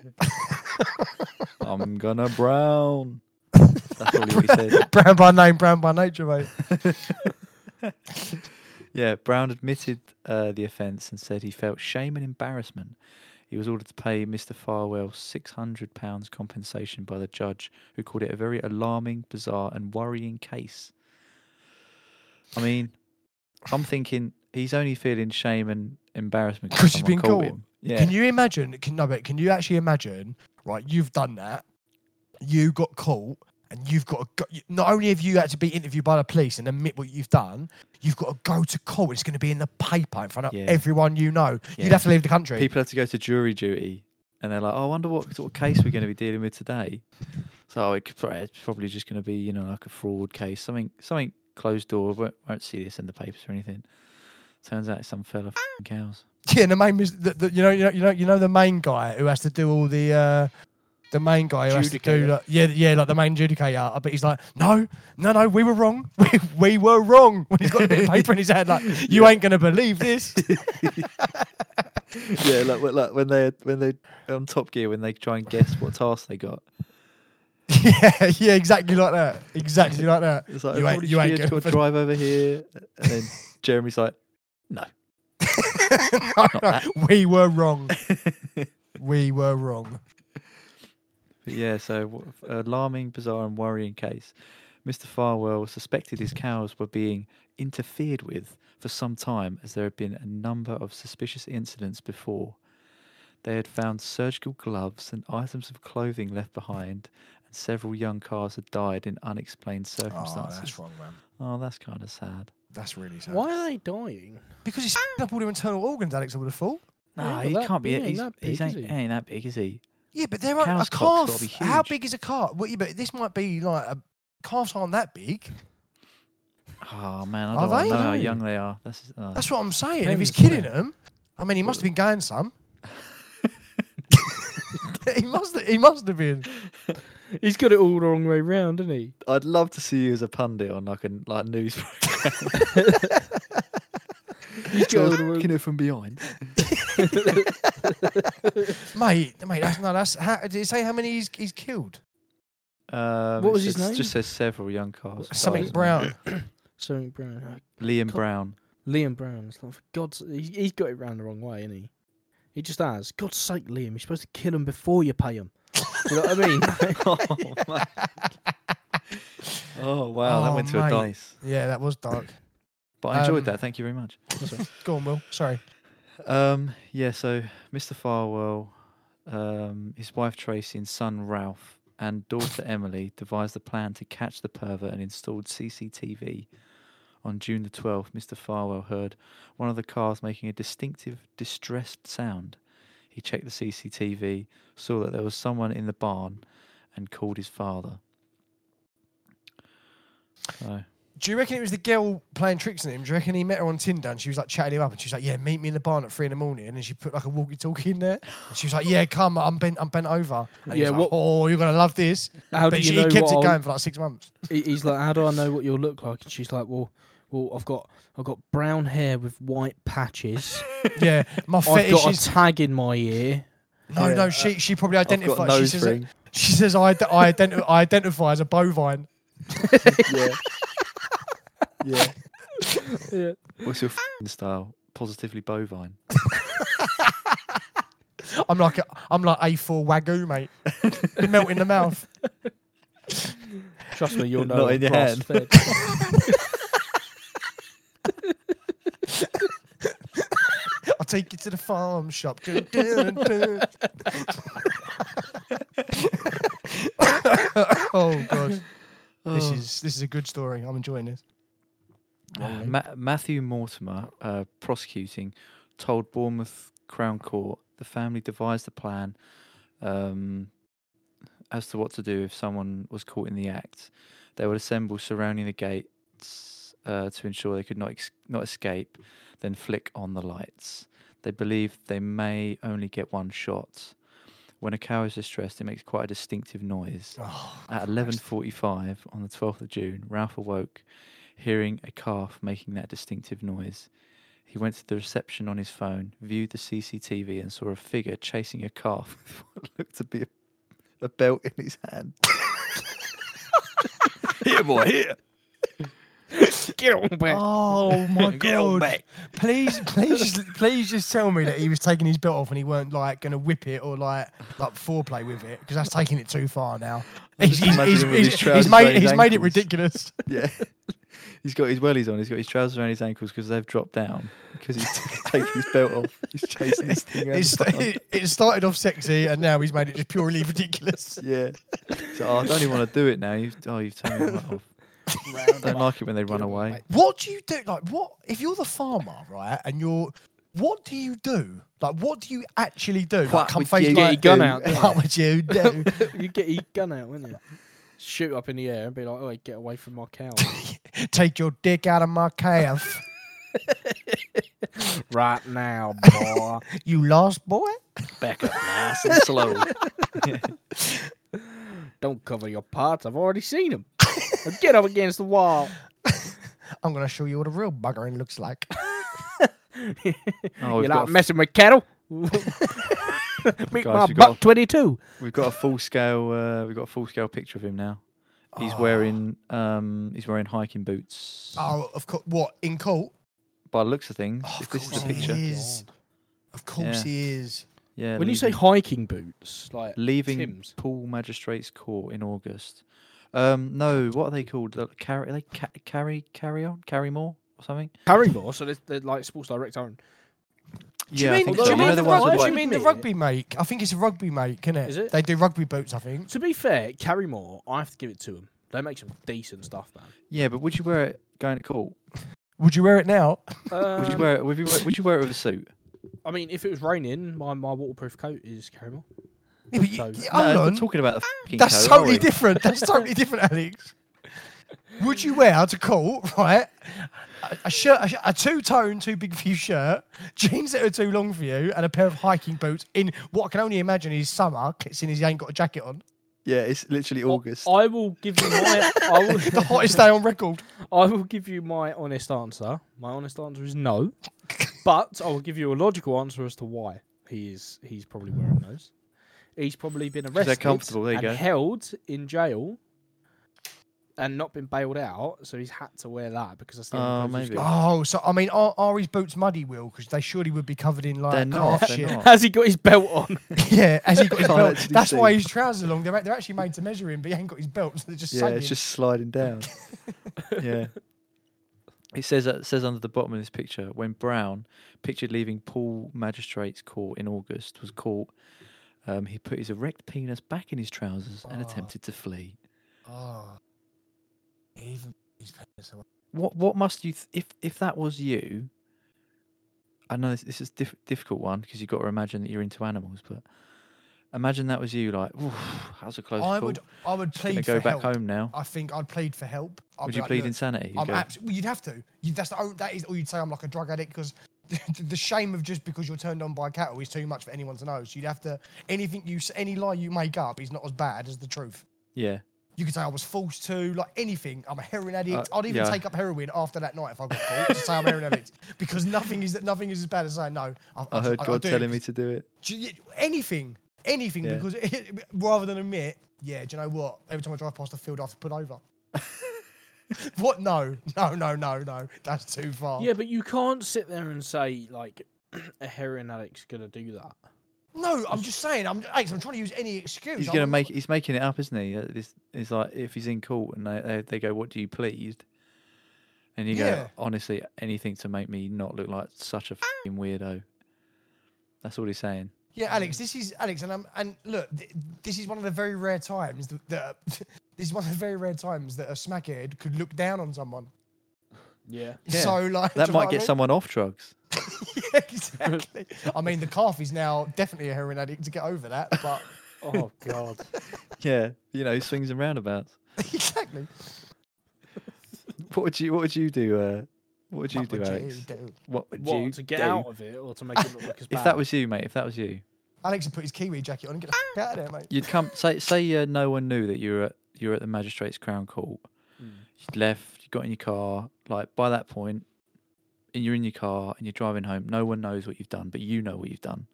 [SPEAKER 3] I'm gonna brown. That's probably what he said.
[SPEAKER 2] Brown by name, brown by nature, mate.
[SPEAKER 3] Yeah, Brown admitted uh, the offence and said he felt shame and embarrassment. He was ordered to pay Mr. Farwell £600 compensation by the judge, who called it a very alarming, bizarre, and worrying case. I mean, I'm thinking he's only feeling shame and embarrassment because
[SPEAKER 2] 'Cause he's
[SPEAKER 3] he's
[SPEAKER 2] been caught.
[SPEAKER 3] Him. Yeah.
[SPEAKER 2] Can you imagine? Can, no, but can you actually imagine? Right, you've done that. You got caught, and you've got to go, you- not only have you had to be interviewed by the police and admit what you've done, you've got to go to court. It's going to be in the paper in front of
[SPEAKER 3] Yeah.
[SPEAKER 2] everyone you know.
[SPEAKER 3] Yeah.
[SPEAKER 2] You'd have to leave the country.
[SPEAKER 3] People have to go to jury duty, and they're like, oh, "I wonder what sort of case we're going to be dealing with today." So it could, pro- it's probably just going to be, you know, like a fraud case, something, something closed door. Won't, won't see this in the papers or anything. Turns out it's some fella f***ing cows.
[SPEAKER 2] Yeah, and the main, mis- the, the, you know, you know, you know, you know, the main guy who has to do all the, uh, the main guy who has to do,
[SPEAKER 1] Judicator.
[SPEAKER 2] like, yeah, yeah, like the main judicator. I bet he's like, no, no, no, we were wrong, we, we were wrong. When he's got a bit of paper in his hand, like, you ain't gonna believe this.
[SPEAKER 3] yeah, like, when- like when they when they on Top Gear when they try and guess what task they got.
[SPEAKER 2] yeah, yeah, exactly like that, exactly like that.
[SPEAKER 3] It's like
[SPEAKER 2] You
[SPEAKER 3] you
[SPEAKER 2] ain't-
[SPEAKER 3] ain't,
[SPEAKER 2] you ain't
[SPEAKER 3] got to
[SPEAKER 2] gonna-
[SPEAKER 3] drive over here, and then Jeremy's like, "No,
[SPEAKER 2] No, no, we were wrong. we were wrong.
[SPEAKER 3] But yeah, so w- alarming, bizarre, and worrying case. Mr. Farwell suspected his cows were being interfered with for some time, as there had been a number of suspicious incidents before. They had found surgical gloves and items of clothing left behind, and several young calves had died in unexplained
[SPEAKER 2] Oh,
[SPEAKER 3] circumstances.
[SPEAKER 2] that's wrong, man.
[SPEAKER 3] Oh, that's kind of sad.
[SPEAKER 2] That's really sad.
[SPEAKER 1] Why are they dying?
[SPEAKER 2] Because he's up all their internal organs, Alex. I would have thought.
[SPEAKER 1] No,
[SPEAKER 3] No,
[SPEAKER 1] he
[SPEAKER 3] he
[SPEAKER 1] ain't that-
[SPEAKER 3] can't
[SPEAKER 1] he
[SPEAKER 3] be.
[SPEAKER 1] ain't
[SPEAKER 3] He's,
[SPEAKER 1] that
[SPEAKER 3] he's
[SPEAKER 1] big, is
[SPEAKER 3] ain't,
[SPEAKER 1] he?
[SPEAKER 3] ain't that big, is he?
[SPEAKER 2] Yeah, but there are a
[SPEAKER 3] Cow's cock's
[SPEAKER 2] calf.
[SPEAKER 3] gotta be
[SPEAKER 2] How
[SPEAKER 3] huge.
[SPEAKER 2] big is a calf? Well, yeah, but this might be like a calves aren't that big.
[SPEAKER 3] Oh man, I
[SPEAKER 2] Are
[SPEAKER 3] don't wanna
[SPEAKER 2] they?
[SPEAKER 3] know how
[SPEAKER 1] No.
[SPEAKER 3] young they are. That's, uh,
[SPEAKER 2] That's what I'm saying. if he's
[SPEAKER 1] Depends,
[SPEAKER 2] killing them, I mean, he must have been going some. he must. Have, he must have been.
[SPEAKER 1] He's got it all the wrong way round, isn't he?
[SPEAKER 3] I'd love to see you as a pundit on like a like news program. Looking it from behind.
[SPEAKER 2] Mate, mate, that's no. That's how, did it say how many he's, he's killed?
[SPEAKER 3] Um,
[SPEAKER 1] What
[SPEAKER 3] it
[SPEAKER 1] was his
[SPEAKER 3] says-
[SPEAKER 1] name?
[SPEAKER 3] Just says several young cars.
[SPEAKER 2] Something brown.
[SPEAKER 1] Something Brown.
[SPEAKER 3] Liam
[SPEAKER 1] Can't-
[SPEAKER 3] Brown.
[SPEAKER 1] Liam Brown. It's like, for God's he, he's got it round the wrong way, isn't he? He just has. God's sake, Liam, you're supposed to kill him before you pay him. Do you know what I mean?
[SPEAKER 3] oh, man. Oh, wow, that
[SPEAKER 2] Oh,
[SPEAKER 3] went to
[SPEAKER 2] mate.
[SPEAKER 3] a dice.
[SPEAKER 2] Yeah, that was dark.
[SPEAKER 3] But I enjoyed
[SPEAKER 2] Um,
[SPEAKER 3] that. Thank you very much.
[SPEAKER 2] Go on, Will. Sorry.
[SPEAKER 3] Um, yeah, so Mr. Farwell, um, his wife Tracy, and son Ralph, and daughter Emily devised a plan to catch the pervert and installed CCTV. On June the 12th, Mr. Farwell heard one of the cars making a distinctive, distressed sound. He checked the CCTV, saw that there was someone in the barn, and called his father. So,
[SPEAKER 2] Do you reckon it was the girl playing tricks on him? Do you reckon he met her on Tinder and she was like chatting him up and she was like, "Yeah, meet me in the barn at three in the morning." And then she put like a walkie-talkie in there. And she was like, "Yeah, come, I'm bent, I'm bent over." And he
[SPEAKER 1] Yeah,
[SPEAKER 2] was like,
[SPEAKER 1] what-
[SPEAKER 2] oh, you're gonna love this.
[SPEAKER 1] How do
[SPEAKER 2] but she
[SPEAKER 1] you know
[SPEAKER 2] kept
[SPEAKER 1] what
[SPEAKER 2] it
[SPEAKER 1] I'll-
[SPEAKER 2] going for like six months.
[SPEAKER 1] he- he's like, how do I know what you'll look like? And she's like, well, well, I've got I've got brown hair with white patches.
[SPEAKER 2] Yeah, my
[SPEAKER 1] I've got
[SPEAKER 2] fetish
[SPEAKER 1] a
[SPEAKER 2] is
[SPEAKER 1] tag in my ear.
[SPEAKER 2] No,
[SPEAKER 4] Yeah,
[SPEAKER 2] no,
[SPEAKER 4] uh,
[SPEAKER 2] she she probably
[SPEAKER 3] I've got a
[SPEAKER 2] identifies. She
[SPEAKER 3] nose
[SPEAKER 2] says,
[SPEAKER 3] ring.
[SPEAKER 2] she says I, ide- I, identi- I identify as a bovine.
[SPEAKER 4] yeah. yeah.
[SPEAKER 1] Yeah.
[SPEAKER 3] What's your f***ing style? Positively bovine.
[SPEAKER 2] I'm like a, I'm like A4 wagyu, mate. Melt in the mouth.
[SPEAKER 1] Trust me, you'll
[SPEAKER 3] Not
[SPEAKER 1] know.
[SPEAKER 3] in your
[SPEAKER 1] brass
[SPEAKER 3] hand.
[SPEAKER 1] fed.
[SPEAKER 2] I'll take you to the farm shop. Dun, dun, dun. oh god,
[SPEAKER 3] Oh.
[SPEAKER 2] this is this is a good story. I'm enjoying this.
[SPEAKER 3] Uh, Ma- Matthew Mortimer, uh, prosecuting, told Bournemouth Crown Court the family devised a plan um, as to what to do if someone was caught in the act. They would assemble surrounding the gates uh, to ensure they could not ex- not escape, then flick on the lights. They believe they may only get one shot. When a cow is distressed, it makes quite a distinctive noise.
[SPEAKER 2] Oh,
[SPEAKER 3] At 11:45 on the 12th of June, Ralph awoke, hearing a calf making that distinctive noise. He went to the reception on his phone, viewed the CCTV, and saw a figure chasing a calf with what looked to be a, a belt in his hand. here, boy, here.
[SPEAKER 1] Get on back.
[SPEAKER 2] oh my
[SPEAKER 3] Get on
[SPEAKER 2] god!
[SPEAKER 3] back.
[SPEAKER 2] Please, please, just, please, just tell me that he was taking his belt off and he weren't like going to whip it or like like foreplay with it because that's taking it too far now. He's,
[SPEAKER 3] just
[SPEAKER 2] he's,
[SPEAKER 3] imagine
[SPEAKER 2] he's,
[SPEAKER 3] him with his
[SPEAKER 2] he's-
[SPEAKER 3] trousers
[SPEAKER 2] he's made
[SPEAKER 3] around his
[SPEAKER 2] he's made it
[SPEAKER 3] ankles.
[SPEAKER 2] ridiculous.
[SPEAKER 3] Yeah. He's got his wellies on. He's got his trousers around his ankles because they've dropped down because he's taking his belt off. He's chasing this thing around.
[SPEAKER 2] It's,
[SPEAKER 3] the barn.
[SPEAKER 2] it, it started off sexy and now he's made it just purely ridiculous.
[SPEAKER 3] Yeah. So oh, I don't even want to do it now. You've, oh, you've turned me right off. don't like it when they run away.
[SPEAKER 2] What do you do? Like, what if you're the farmer, right? And you're, what do you do? Like, what do you actually do? Like,
[SPEAKER 3] What
[SPEAKER 2] come
[SPEAKER 3] would
[SPEAKER 2] face
[SPEAKER 3] you
[SPEAKER 1] Get your
[SPEAKER 2] like,
[SPEAKER 1] gun out. don't
[SPEAKER 2] what would you do?
[SPEAKER 1] you? you get your gun out, wouldn't you? Shoot up in the air and be like, "Oh, get away from my cow!"
[SPEAKER 2] Take your dick out of my calf,
[SPEAKER 1] right now, boy.
[SPEAKER 2] you lost boy.
[SPEAKER 3] Back up nice and slow.
[SPEAKER 1] Don't cover your parts. I've already seen them. get up against the wall.
[SPEAKER 2] I'm gonna show you what a real buggering looks like.
[SPEAKER 3] Oh, we've
[SPEAKER 1] You're
[SPEAKER 3] got,
[SPEAKER 1] like
[SPEAKER 3] a, f-
[SPEAKER 1] messing with cattle. Meet my
[SPEAKER 3] Guys, we've got a-
[SPEAKER 1] buck twenty-two.
[SPEAKER 3] we've got a full scale. Uh, we've got a full scale picture of him now. He's
[SPEAKER 2] Oh.
[SPEAKER 3] wearing um, he's wearing hiking boots.
[SPEAKER 2] Oh, of course. What in court?
[SPEAKER 3] By the looks of things,
[SPEAKER 2] Oh,
[SPEAKER 3] if this is
[SPEAKER 2] course
[SPEAKER 3] the
[SPEAKER 2] he
[SPEAKER 3] picture.
[SPEAKER 2] is. Of course
[SPEAKER 3] Yeah.
[SPEAKER 2] he is.
[SPEAKER 3] Yeah.
[SPEAKER 1] When you say
[SPEAKER 3] leaving-
[SPEAKER 1] hiking boots, like
[SPEAKER 3] leaving
[SPEAKER 1] Tim's.
[SPEAKER 3] Pool Magistrates Court in August. Um, no, what are they called? The Carry, are they ca- carry, carry on, carry more or something.
[SPEAKER 1] Carrymore, so they're, they're like Sports Direct own.
[SPEAKER 2] Do you
[SPEAKER 3] I
[SPEAKER 2] mean,
[SPEAKER 3] think
[SPEAKER 2] do
[SPEAKER 1] so.
[SPEAKER 2] you
[SPEAKER 1] You know
[SPEAKER 2] mean,
[SPEAKER 1] the
[SPEAKER 2] the,
[SPEAKER 1] ones
[SPEAKER 2] rug-
[SPEAKER 1] that
[SPEAKER 2] do you
[SPEAKER 1] like-
[SPEAKER 2] mean the rugby make? I think it's a rugby make, isn't it?
[SPEAKER 1] Is it?
[SPEAKER 2] They do rugby boots, I think.
[SPEAKER 1] To be fair, Carrymore, I have to give it to them. They make some decent stuff, man.
[SPEAKER 3] Yeah, but would you wear it going to court?
[SPEAKER 2] Would you wear it now?
[SPEAKER 3] Would you
[SPEAKER 1] Um,
[SPEAKER 3] wear it? Would you wear, would you wear it with a suit?
[SPEAKER 1] I mean, if it was raining, my, my waterproof coat is Carrymore.
[SPEAKER 2] Yeah, but you-
[SPEAKER 1] So-
[SPEAKER 2] yeah,
[SPEAKER 3] No,
[SPEAKER 2] hold
[SPEAKER 3] we're
[SPEAKER 2] on.
[SPEAKER 3] talking about the fucking
[SPEAKER 2] That's
[SPEAKER 3] coat, aren't we?
[SPEAKER 2] totally different. That's totally different, Alex. Would you wear to court, right? A, a shirt, a, sh- a two-tone, too big for you shirt, jeans that are too long for you, and a pair of hiking boots in what I can only imagine is summer, seeing as you ain't got a jacket on.
[SPEAKER 3] Yeah, it's literally August.
[SPEAKER 1] I will give you my I
[SPEAKER 2] The
[SPEAKER 1] will,
[SPEAKER 2] hottest day on record.
[SPEAKER 1] I will give you my honest answer. My honest answer is no, but I will give you a logical answer as to why he is he's probably wearing those. He's probably been arrested
[SPEAKER 3] they're comfortable, there you
[SPEAKER 1] and
[SPEAKER 3] go.
[SPEAKER 1] held in jail and not been bailed out, so he's had to wear that because that's the
[SPEAKER 3] Oh,
[SPEAKER 1] only clothes he's
[SPEAKER 3] maybe.
[SPEAKER 1] got.
[SPEAKER 2] Oh, so I mean, are, are his boots muddy, Will? Because they surely would be covered in like
[SPEAKER 3] They're not.
[SPEAKER 2] calf
[SPEAKER 3] They're
[SPEAKER 2] shit.
[SPEAKER 3] not.
[SPEAKER 1] Has he got his belt on?
[SPEAKER 2] yeah, as he got his
[SPEAKER 3] Can't
[SPEAKER 2] belt.
[SPEAKER 3] actually
[SPEAKER 2] That's why
[SPEAKER 3] see.
[SPEAKER 2] his trousers are long. They're, they're actually made to measure him, but he ain't got his belt, so they're just
[SPEAKER 3] Yeah,
[SPEAKER 2] sagging.
[SPEAKER 3] it's just sliding down. yeah. It says it says under the bottom of this picture when Brown, pictured leaving Paul Magistrates Court in August, was caught. Um, he put his erect penis back in his trousers and
[SPEAKER 2] Oh.
[SPEAKER 3] attempted to flee.
[SPEAKER 2] Oh. Even these players are-
[SPEAKER 3] What what must you th- if if that was you? I know this, this is diff- difficult one because you've got to imagine that you're into animals, but imagine that was you. Like, "Oof, that was a close
[SPEAKER 2] I
[SPEAKER 3] call.
[SPEAKER 2] would, I would
[SPEAKER 3] Gonna
[SPEAKER 2] plead
[SPEAKER 3] go
[SPEAKER 2] for
[SPEAKER 3] back
[SPEAKER 2] help.
[SPEAKER 3] home now.
[SPEAKER 2] I think I'd plead for help. I'd
[SPEAKER 3] Would
[SPEAKER 2] be
[SPEAKER 3] you
[SPEAKER 2] like,
[SPEAKER 3] plead
[SPEAKER 2] "Look,
[SPEAKER 3] insanity? You'd
[SPEAKER 2] I'm
[SPEAKER 3] go,
[SPEAKER 2] abs- well, you'd have to. You, that's the only, that is, or you'd say I'm like a drug addict because the, the shame of just because you're turned on by cattle is too much for anyone to know. So you'd have to anything you s- any lie you make up is not as bad as the truth.
[SPEAKER 3] yeah.
[SPEAKER 2] You could say I was forced to, like anything. I'm a heroin addict.
[SPEAKER 3] Uh,
[SPEAKER 2] I'd even
[SPEAKER 3] yeah.
[SPEAKER 2] take up heroin after that night if I got caught to say I'm a heroin addict because nothing is nothing is as bad as saying no. I,
[SPEAKER 3] I heard God
[SPEAKER 2] do it
[SPEAKER 3] telling me to do it.
[SPEAKER 2] do you- anything, anything,
[SPEAKER 3] Yeah.
[SPEAKER 2] because rather than admit, yeah, do you know what? Every time I drive past the field, I have to put over. what? No, no, no, no, no. That's too far.
[SPEAKER 1] Yeah, but you can't sit there and say like a heroin addict's gonna do that.
[SPEAKER 2] No, I'm just saying. I'm, Ace, I'm trying to use any excuse.
[SPEAKER 3] He's
[SPEAKER 2] I
[SPEAKER 3] gonna
[SPEAKER 2] wouldn't-
[SPEAKER 3] make. He's making it up, isn't he? Uh, This is like if he's in court and they they, they go, "What do you plead?" And you
[SPEAKER 2] Yeah.
[SPEAKER 3] go, "Honestly, anything to make me not look like such a fing weirdo." That's all he's saying.
[SPEAKER 2] Yeah, Alex, this is Alex, and I'm and look, th- this is one of the very rare times that, that this is one of the very rare times that a smackhead could look down on someone.
[SPEAKER 1] Yeah.
[SPEAKER 3] Yeah,
[SPEAKER 2] So like do
[SPEAKER 3] That
[SPEAKER 2] you know
[SPEAKER 3] might
[SPEAKER 2] what I
[SPEAKER 3] get
[SPEAKER 2] mean?
[SPEAKER 3] someone off drugs.
[SPEAKER 2] yeah, exactly. I mean, the calf is now definitely a heroin addict to get over that, but
[SPEAKER 1] Oh god.
[SPEAKER 3] Yeah, you know, swings and roundabouts.
[SPEAKER 2] exactly.
[SPEAKER 3] What would you What would you do? Uh, what would you
[SPEAKER 2] What
[SPEAKER 3] do,
[SPEAKER 2] would you
[SPEAKER 3] Alex?
[SPEAKER 2] do?
[SPEAKER 3] What would you
[SPEAKER 1] What to get
[SPEAKER 3] do?
[SPEAKER 1] out of it or to make it look as bad?
[SPEAKER 3] If that was you, mate, if that was you,
[SPEAKER 2] Alex would put his kiwi jacket on and get
[SPEAKER 1] Ah!
[SPEAKER 2] the f- out of there, mate.
[SPEAKER 3] you'd come. Say, say uh, no one knew that you were at, you were at the magistrate's crown court.
[SPEAKER 2] Mm.
[SPEAKER 3] You'd left. You got in your car. Like by that point, and you're in your car and you're driving home. No one knows what you've done, but you know what you've done.